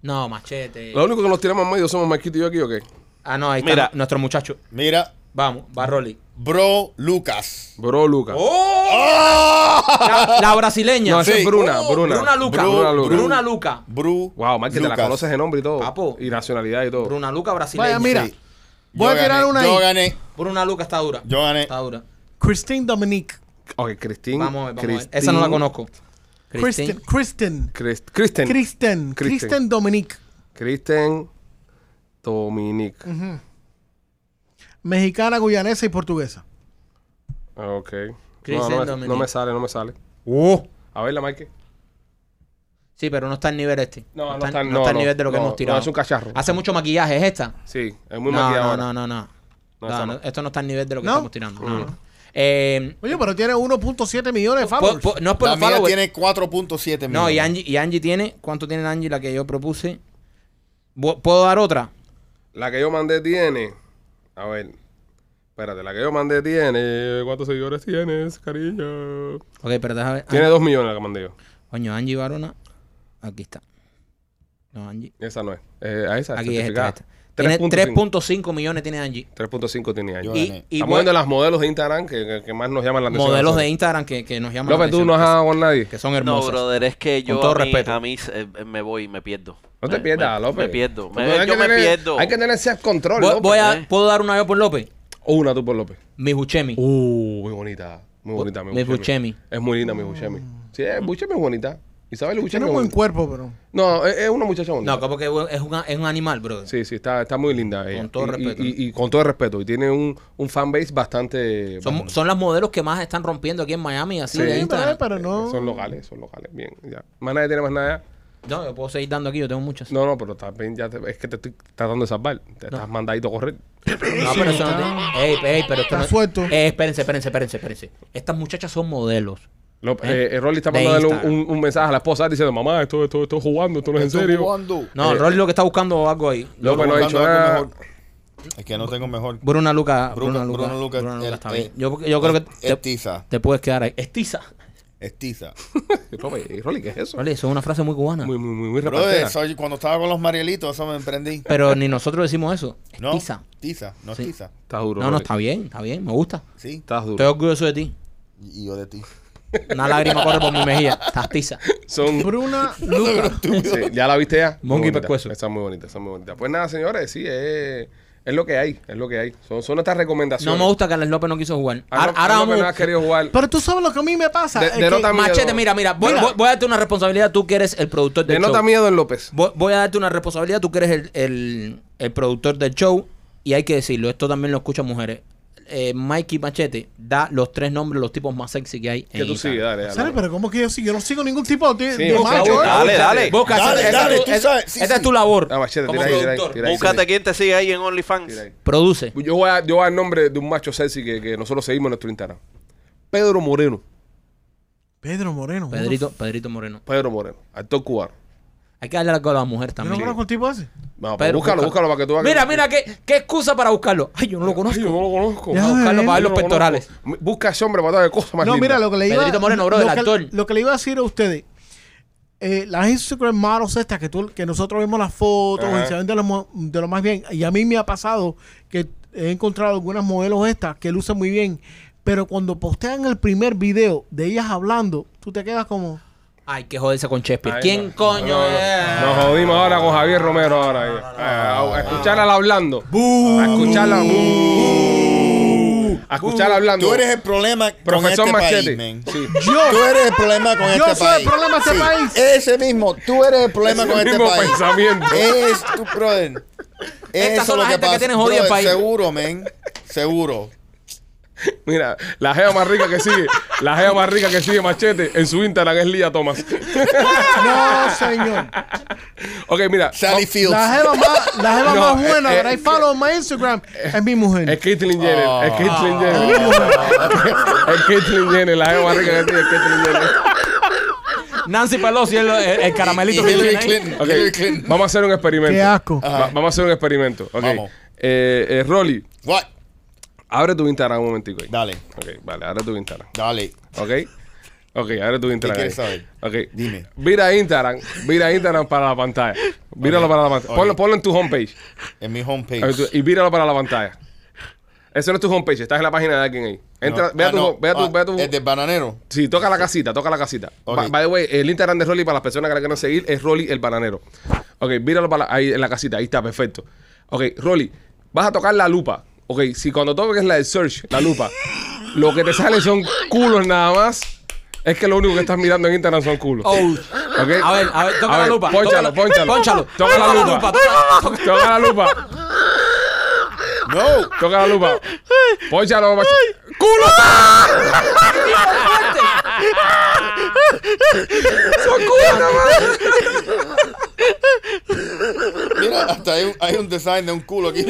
B: No, machete.
A: Lo único que nos tiramos en medio somos Marquito y yo aquí, ¿o qué?
B: Ah, no, ahí
E: Mira.
B: está nuestro muchacho.
D: Mira,
B: Vamos,
A: (laughs)
B: va Rolly.
D: bro Lucas.
A: Bro, Lucas.
B: Oh, La, la brasileña.
A: No, esa
D: Sí.
A: es Bruna, Bruna.
B: Oh, Bruna Luca.
A: Bru-
B: Bruna
A: Bruna
B: Luca.
A: Luca.
B: Bruna Luca.
D: Bru.
A: Wow, Mike, te la
D: Lucas.
A: conoces de nombre y todo.
B: Papo.
A: Y nacionalidad y todo.
B: Bruna Luca brasileña.
C: Vaya, mira.
D: Sí.
C: Voy
D: Yo
C: a tirar
D: gané,
C: una
D: Yo
C: ahí.
D: gané.
B: Bruna Luca está dura.
D: Yo gané.
B: Está dura.
C: Christine Dominique.
A: Ok, Cristín.
B: Vamos a ver, vamos a ver. Esa no la conozco.
C: Kristen.
B: Christine.
C: Kristen.
A: Crist- Kristen.
C: Kristen. Kristen Dominique.
A: Kristen Dominic.
C: Mexicana, guyanesa y portuguesa.
A: Ah, Ok. No,
B: Kristen
A: no, me,
B: Dominic.
A: no me sale, no me sale.
F: Oh,
A: A verla, Mike.
B: Sí, pero no está al nivel este.
A: No, no
B: está,
A: está-
B: no
A: no,
B: está al
A: no,
B: nivel de lo que
A: no,
B: hemos tirado.
A: no, es un cacharro.
B: Hace mucho maquillaje, ¿es esta?
A: Sí, es muy
B: no,
A: maquillada ahora.
B: no, no, no, no.
A: No,
B: No,
A: esa
B: no,
A: no. Mm.
B: Esto no está al nivel de lo que
C: ¿No?
B: estamos tirando. No, no. Eh,
C: Oye, pero tiene 1.7 millones de followers.
B: po- po- no es por
D: La
B: los
D: mía
B: followers.
D: tiene 4.7 millones.
B: No, y Angie, y Angie tiene. ¿Cuánto tiene Angie la que yo propuse? Bu- ¿Puedo dar otra?
A: La que yo mandé tiene. A ver. Espérate, la que yo mandé tiene. ¿Cuántos seguidores tienes, cariño?
B: Ok, pero déjame ver.
A: Tiene
B: Ay,
A: dos millones la que mandé yo.
B: coño, Angie Varona. Aquí está. No, Angie.
A: Esa no es. Eh, a esa
B: Aquí es esta.
A: certificada.
B: esta. Tiene
A: 3.5.
B: 3.5 millones tiene Angie.
A: 3.5 tenía
D: Yo
A: yo.
B: Y,
D: gané.
B: y
A: Estamos
B: bueno,
A: viendo las modelos de Instagram que, que- que más nos llaman la atención.
B: modelos de
A: Nosotros.
B: Instagram que, que nos llaman la
A: López, tú
B: atención,
A: no has
B: que son-
A: dado con nadie.
B: que son
E: No,
B: hermosos.
E: brother, es que yo
B: todo
E: a mí,
B: respeto.
E: a mí, eh, me voy, me pierdo.
A: No te
E: Me-
A: pierdas,
E: me-
A: López.
E: Me pierdo.
A: Tú
E: Me-
A: tienes
E: yo
A: que
E: me
A: tener-
E: pierdo.
A: Hay que tener self-control.
B: Voy,
A: López.
B: voy a,
E: ¿eh?
B: ¿Puedo dar una yo por López?
A: Una tú por López.
B: Mi Juchemi.
A: Uh, muy bonita. Muy bonita, mi
B: Miss
A: Buscemi.
B: Buscemi.
A: Es muy linda, mi Buscemi. Sí, es- Buscemi es bonita. Isabel
C: tiene
A: Buscemi
C: un
A: es
C: buen
A: bonita.
C: cuerpo, pero.
A: No, es, es una muchacha bonita.
B: no, como que es un, es un animal, brother.
A: Sí, sí, está, está muy linda. ella.
B: Con todo
A: Y- y-
B: respeto.
A: Y, y con todo respeto. Y tiene un, un fanbase bastante.
B: Son, son las modelos que más están rompiendo aquí en Miami, así
A: Sí.
B: de
C: Sí,
B: Instagram.
C: pero, pero no.
A: Son locales, son locales. Bien, ya. Más nadie tiene más nada.
B: No, yo puedo seguir dando aquí, yo tengo muchas. No,
A: No, no, pero también ya te- es que te estoy tratando de salvar. Te estás mandadito a correr.
B: pero eso no tiene- Ey, ey, pero esto
C: Está
B: no
C: suelto.
B: Ey, espérense, espérense, espérense, espérense. Estas muchachas son modelos.
A: López,
B: ¿Eh?
A: eh, eh, Rolly está
B: De
A: mandándole un,
B: Instagram.
A: un- un mensaje a la esposa diciendo: Mamá, esto, esto, esto es jugando, esto no es en serio.
D: jugando.
B: No, Rolly lo que está buscando algo ahí.
A: López no ha dicho
D: Buscando algo
A: nada. (laughs)
D: mejor. Es que no tengo mejor.
B: Bruna Luca, Bruna
D: Bruno-
B: Luca,
D: Bruno Luca,
B: Bruna Luca
D: el- eh,
B: está bien.
D: el-
B: yo, yo creo que
D: Es
B: te,
D: tiza.
B: te puedes quedar ahí. Estiza.
D: Es
B: (laughs)
D: tiza.
A: López, ¿y eh, Rolly, ¿qué es eso?
B: Rolly, eso es una frase muy cubana.
A: Muy, muy, muy, muy
D: Brother,
A: repartera.
D: soy- cuando estaba con los Marielitos, eso me emprendí.
B: Pero ni nosotros decimos eso.
D: No,
B: Estiza.
D: Tiza, no es
B: Sí.
D: tiza.
A: Estás duro.
B: No, no,
A: Rolly.
B: está bien, está bien, me gusta.
D: Sí,
A: Estás
B: Estoy
A: duro.
B: orgulloso de ti.
D: y yo de ti.
B: Una lágrima corre por mi mejilla. Estás tiza.
A: (laughs) Son.
C: Bruna Luca.
A: Sí, ya la viste ya.
B: Monkey
A: Muy bonita.
B: pescuezo.
A: Está muy bonita, está muy bonita. Pues nada, señores, sí, es, es lo que hay, es lo que hay. Son, son estas
B: No
A: recomendaciones.
B: me gusta que Alex López no quiso jugar.
A: A
B: Ahora,
A: Ro-
B: ahora
A: a López
B: vamos.
A: no has querido jugar.
B: (laughs)
C: Pero tú sabes lo que a mí me pasa.
A: De-
C: es
A: derrota
C: que-
A: a mí.
B: Machete,
A: miedo.
B: mira, mira, voy,
C: Mira.
B: voy- voy a darte una responsabilidad. Tú que eres el productor del
A: Denota
B: show.
A: miedo en López.
B: Voy, voy a darte una responsabilidad. Tú que eres el, el- el productor del show. Y hay que decirlo, esto también lo escuchan mujeres. Eh, Mikey Machete da los tres nombres, los tipos más sexy que hay.
A: Que tú sigues, dale, dale.
C: ¿Sabes? Pero ¿cómo que yo sí? Yo no sigo ningún tipo de,
A: Sí,
C: de
A: busca,
C: macho.
A: busca.
C: ¿eh?
E: Dale, dale.
B: Busca,
D: Dale,
B: esa, esa
D: dale,
B: es tu-
D: tú
B: esa-
D: sabes, sí,
B: esa es
D: sí.
B: tu labor.
A: Ah, machete,
B: como
A: tira ahí, tira ahí,
B: productor.
A: tira ahí.
E: Búscate quién te sigue ahí en OnlyFans.
A: Mira ahí.
B: Produce.
A: Yo voy, a, yo voy a dar nombre de un macho sexy que, que nosotros seguimos en nuestro Instagram. Pedro Moreno.
C: Pedro Moreno. what the
B: Pedrito,
C: f-
B: Pedrito Moreno.
A: Pedro Moreno, actor cubano.
B: Hay que darle algo a la mujer
C: Yo no
B: también.
C: conozco el tipo ese.
A: Vamos,
B: Pedro,
A: búscalo, búscalo para que tú veas.
B: Mira,
A: que-
B: mira, qué, qué excusa para buscarlo. Ay, yo no lo
A: Ay,
B: conozco.
A: yo no lo conozco.
C: Ya,
B: Vamos a buscarlo
C: eh,
B: para
A: Yo
B: ver los
A: no lo
B: pectorales.
A: conozco. Busca a ese hombre para ver cosas más
C: No, mira,
A: lindas.
C: lo que le iba
B: Pedrito Moreno, bro,
C: lo
B: el
C: que-
B: actor.
C: Lo que le iba a decir a ustedes. eh, las Instagram models estas que, tú, que nosotros vemos las fotos
A: Ajá.
C: y se ven de lo, mo- de lo más bien. Y a mí me ha pasado que he encontrado algunas modelos estas que lucen muy bien. Pero cuando postean el primer video de ellas hablando, tú te quedas como...
B: Ay, que joderse con Shakespeare.
A: Ay,
B: ¿Quién
A: no.
B: coño
A: No, no, no.
B: es?
A: Nos jodimos ahora con Javier Romero ahora. ahí. Ah, a escucharla hablando. A escucharla. A escucharla hablando.
D: Tú eres el problema con
A: Profesor
D: este
A: Machete.
D: país, man. (laughs)
A: Sí.
D: Tú eres el problema con este
C: Yo
D: país.
C: soy el problema de este país.
D: Ese mismo. Tú eres el problema
A: Ese
D: con este
A: mismo
D: país.
A: pensamiento.
D: Es tu brother. Eso
B: son
D: es lo
B: las gente que
D: pasa.
B: tienen jodido el
D: Brother,
B: país.
D: Seguro, men. Seguro.
A: Mira, la gea más rica que sigue, la gea más rica que sigue Machete en su Instagram es Lía Thomas. (laughs)
C: No, señor.
A: ok, mira.
D: Sally Fields.
C: Oh, La jeva más, la jeva
A: No,
C: más buena
A: eh,
C: que I follow en my Instagram es mi mujer.
A: Es Caitlyn Jenner,
D: Ah.
A: es Caitlyn Jenner. (laughs)
C: Ah.
A: es Caitlyn Jenner, la gea más rica que sigue es Caitlyn Jenner.
B: Nancy Pelosi, el, el- el caramelito
D: Y
B: que tiene
D: Hillary
B: ahí.
D: Clinton.
A: Ok,
D: Hillary Clinton.
A: vamos a hacer un experimento.
C: Qué asco.
A: Va- vamos a hacer un experimento. Ok.
D: Ah. Vamos.
A: Eh, eh, Rolly,
D: What?
A: abre tu Instagram un momentico ahí.
D: Dale,
A: Ok, vale, abre tu Instagram.
D: dale.
A: Ok. Ok, ahora tú Instagram.
D: quieres
A: ahí.
D: saber?
A: Ok.
D: Dime.
A: Mira Instagram, mira Instagram para la pantalla. Míralo para la pantalla.
D: ok.
A: Ponlo, ponlo en tu homepage.
D: En mi homepage.
A: A ver, tú- Y míralo para la pantalla. Eso no es tu homepage, estás en la página de alguien ahí. Entra,
D: No.
A: ve, a
D: Ah,
A: tu,
D: no.
A: ve a tu,
D: Ah,
A: ve a tu-
D: El del bananero.
A: Sí, toca la casita, toca la casita.
D: Ok.
A: Ba- By the way, el Instagram de Rolly para las personas que la quieran seguir es Rolly el bananero. Ok, míralo para la- ahí en la casita, ahí está, perfecto. Ok, Rolly, vas a tocar la lupa. Ok, si cuando toques la de search, la lupa, lo que te sale son culos nada más. Es que lo único que estás mirando en Instagram son culos.
F: Oh.
A: Ok.
F: A ver, a ver, toca la
A: A ver,
F: lupa.
A: Pónchalo,
F: toca-
A: pónchalo.
F: Pónchalo.
A: Toca la lupa.
F: toca- toca-
A: Toca la lupa.
D: No.
A: Toca la lupa. Pónchalo, macho.
D: Mira, hasta hay un, hay un design de un
C: (laughs)
D: culo aquí.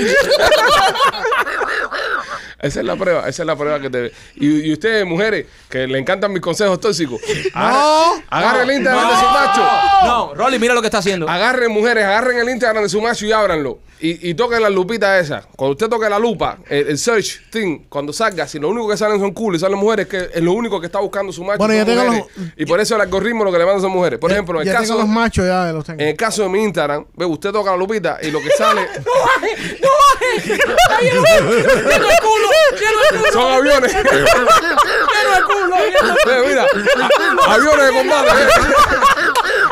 A: Esa es la prueba, esa es la prueba que te. Y, y ustedes, mujeres, que le encantan mis consejos tóxicos. agar- Agarren el Instagram de su macho.
F: No, Rolly, mira lo que está haciendo.
A: Agarren, mujeres, agarren el Instagram de su macho y ábranlo. Y, y toquen la lupita esa. Cuando usted toque la lupa, el, el search thing, cuando salga, si lo único que salen son culos y salen mujeres, que es lo único que está buscando su macho.
C: Bueno,
A: son
C: yo tengo
A: mujeres.
C: los-
A: Y por eso el algoritmo lo que le manda son mujeres. Por ejemplo, en el
C: ya
A: caso.
C: tengo los machos, ya los tengo.
A: En el caso de mi Instagram, ve, usted toca la lupita y lo que
F: (laughs)
A: sale
F: ¡Lleno de culo! ¡Lleno de culo!
A: son aviones. (laughs)
F: ¡Lleno de culo! lleno de-
A: Ve, mira, a- aviones
F: (laughs)
A: de combate.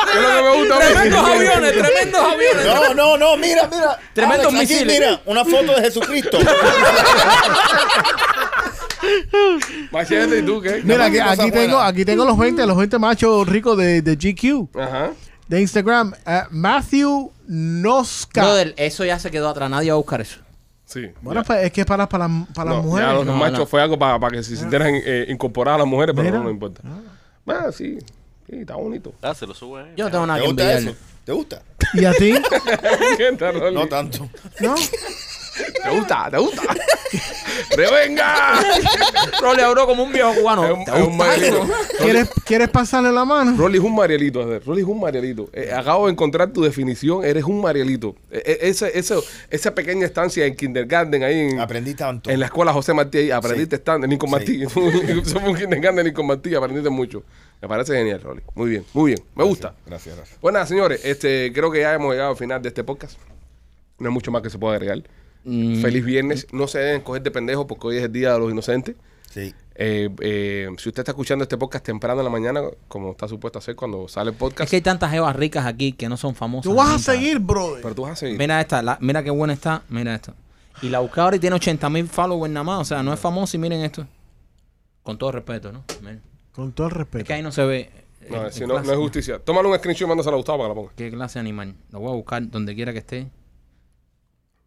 A: Que es lo que me gusta a mí.
F: ¡Tremendos aviones! ¡Tremendos aviones!
D: No, no, no, mira, mira.
F: Tremendos
D: Alex, aquí,
F: misiles.
D: Mira, una foto de
C: (laughs)
D: Jesucristo.
A: Machete, ¿y tú qué?
C: Mira, aquí,
D: cosas
C: aquí tengo,
D: buenas.
C: aquí tengo los 20, los 20 machos ricos de, de GQ,
A: Ajá.
C: de Instagram. Eh, Matthew Nosca.
F: Brother, eso ya se quedó atrás. Nadie va a buscar eso.
A: Sí.
C: Bueno, pues es que es para, para, las- para las
A: No, ya
C: mujeres.
A: los
F: No,
A: machos
F: no.
A: fue algo para, para que se sintieran eh, incorporadas a las mujeres, pero
C: Mira.
A: no, no importa. Ah, sí. Sí, está bonito. (laughs)
E: Ah, se lo sube.
F: Yo no tengo
A: Ah,
F: nada
D: ¿Te
F: que
D: gusta
F: envidiarle.
D: eso? ¿Te gusta?
C: ¿Y a ti?
A: Está Rolly.
D: No tanto.
A: (laughs)
C: ¿No?
A: ¿Te gusta? ¿Te gusta? (laughs) ¡Revenga!
F: Rolly habló como un viejo cubano.
A: (laughs) Es un-
F: ¿Te
A: es un
F: gusta eso?
A: marielito.
C: ¿Quieres, ¿Quieres pasarle la mano?
A: Rolly es un marielito. Rolly es Rolly un marielito. Eh, acabo de encontrar tu definición. Eres un marielito. Eh, eh, ese- eso- esa pequeña estancia en kindergarten ahí en,
D: Aprendí tanto.
A: En la escuela José Martí, ahí aprendiste
D: Sí.
A: stand, Lincoln
D: Sí.
A: Martí. (laughs) Somos un kindergarten Lincoln Martí, aprendiste mucho. Me parece genial, Rolly. Muy bien, muy bien. Me gusta.
D: Gracias, gracias.
A: Bueno, Pues señores, este, creo que ya hemos llegado al final de este podcast. No hay mucho más que se pueda agregar.
F: Mm.
A: Feliz viernes. No se deben coger de pendejos porque hoy es el Día de los Inocentes.
D: Sí.
A: Eh, eh, si usted está escuchando este podcast temprano en la mañana, como está supuesto hacer cuando sale el
F: Es
A: podcast,
F: que hay tantas jevas ricas aquí que no son famosas.
C: Tú vas a
F: nunca.
C: seguir, brother.
A: pero tú vas a seguir.
F: Mira esta, la- mira qué buena está, mira esta. Y la buscadora y tiene 80 mil followers nada más, o sea, no es famosa y miren esto. Con todo respeto, ¿no? Miren.
C: Con todo el
F: Es que
C: respeto.
F: ahí no se ve.
A: No,
F: eh,
A: si
F: qué
A: no,
F: clase,
A: no es justicia. Tómale un screenshot y mándaselo a Gustavo para que la ponga.
F: Qué clase de animal. Lo voy a buscar donde quiera que esté.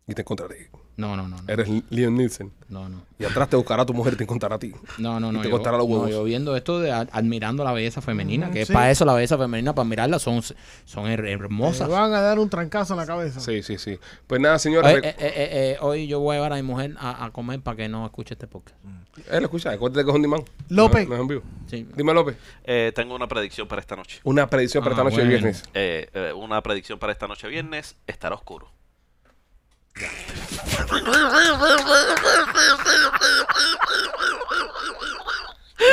A: Y te encontraré.
F: No, no, no, no,
A: Eres Liam Nielsen.
F: no, no,
A: Y atrás te buscará tu mujer y te encontrará a ti.
F: no, no,
A: Y
F: no,
A: te
F: yo,
A: cortará los
F: no,
A: huevos.
F: yo viendo esto de ad- admirando la belleza femenina,
C: Mm,
F: que
C: sí.
F: es para eso la belleza femenina, para mirarla, son, son her- hermosas.
C: Te
A: Eh,
C: van a dar un trancazo en la cabeza.
A: Sí, sí, sí. Pues nada, señores.
F: Oye,
A: rec-
F: eh, eh, eh, eh, hoy yo voy a llevar a mi mujer a, a comer para que no escuche este podcast.
A: Él eh, escucha, acuérdate que es un dimán.
C: López.
A: No, no es en vivo.
F: Sí.
A: Dime, López.
E: Eh, tengo una predicción para esta noche.
A: Una predicción para
F: Ah,
A: esta noche de
F: bueno.
A: viernes.
E: Eh, eh, una predicción para esta noche viernes, estará oscuro.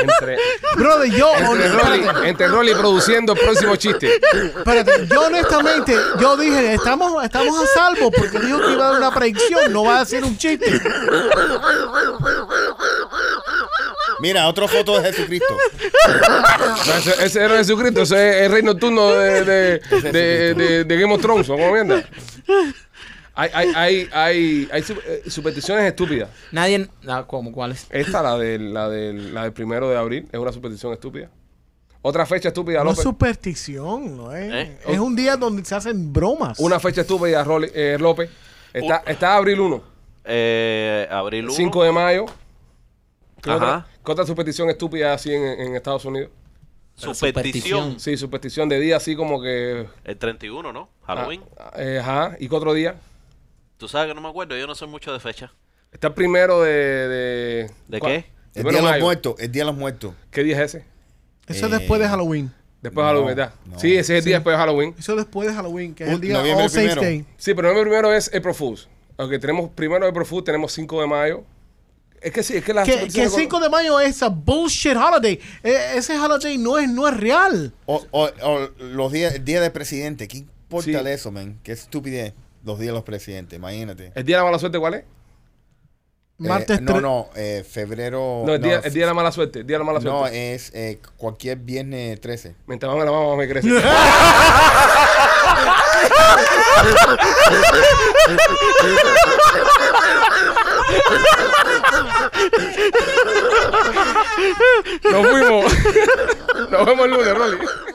A: Entre,
C: Brother, yo,
A: entre, Rolly,
C: espérate,
A: entre Rolly produciendo el próximo chiste.
C: espérate, yo honestamente, yo dije, estamos, estamos a salvo porque dijo que iba a dar una predicción, no va a hacer un chiste.
D: Mira, otra foto
A: (laughs)
D: de Jesucristo.
A: No, ese, ese era Jesucristo, ese es el rey nocturno de, de, de, de- de Game of Thrones. ¿Cómo mierda? Hay, hay, hay, hay, hay su- eh, supersticiones estúpidas.
F: Nadie, ah, ¿cómo, ¿cuál es?
A: Esta, la del, la, del, la del primero de abril, es una superstición estúpida. Otra fecha estúpida,
C: No es
A: López.
C: superstición, no es.
E: ¿Eh?
C: Es un día donde se hacen bromas.
A: Una fecha estúpida, Rolly- eh, López. Está, está abril 1.
E: Eh, abril 1.
A: 5 de mayo. ¿Qué
E: Ajá.
A: otra, qué otra superstición estúpida así en, en Estados Unidos?
E: Superstición.
A: Sí, superstición de día así como que...
E: El 31, ¿no?
A: ah,
E: Halloween.
A: eh, ajá. ¿Y qué otro día?
E: Tú sabes que no me acuerdo, yo no soy mucho de fecha.
A: Está el primero de... ¿De,
E: ¿De
A: ¿cuál?
E: qué?
A: Primero
D: El día de
A: de
D: los
A: mayo.
D: muertos. El día de los muertos.
A: ¿Qué día es ese?
C: Eso es después
D: Eh,
C: de Halloween.
A: Después de
D: No,
A: Halloween, ¿verdad?
D: no.
A: Sí, ese es el día después de Halloween.
C: Eso es después de Halloween, que es
D: Un-
C: el día
D: noviembre
C: All Saints
D: primero.
C: Day.
A: Sí, pero el primero es April Fools. Aunque tenemos primero April Fools, tenemos 5 de mayo. Es que Ah, sí, es que la
C: Que, que el 5 de mayo es a bullshit holiday. E- ese holiday no es, no es real.
D: O, o- o los días, el día del presidente. ¿Qué importa
A: Sí.
D: de eso, man? Qué estupidez. Los días de los presidentes, imagínate.
A: ¿El día de la mala suerte cuál es?
D: Eh,
C: Martes
D: no,
C: tre-
D: no, eh, febrero.
A: No, el, día, el
D: fe-
A: día de la mala suerte. El día de la mala
D: no,
A: suerte.
D: es eh, cualquier viernes 13.
A: Mientras más me la mama, más me crece. Nos fuimos. Nos vemos el lunes, Rolly.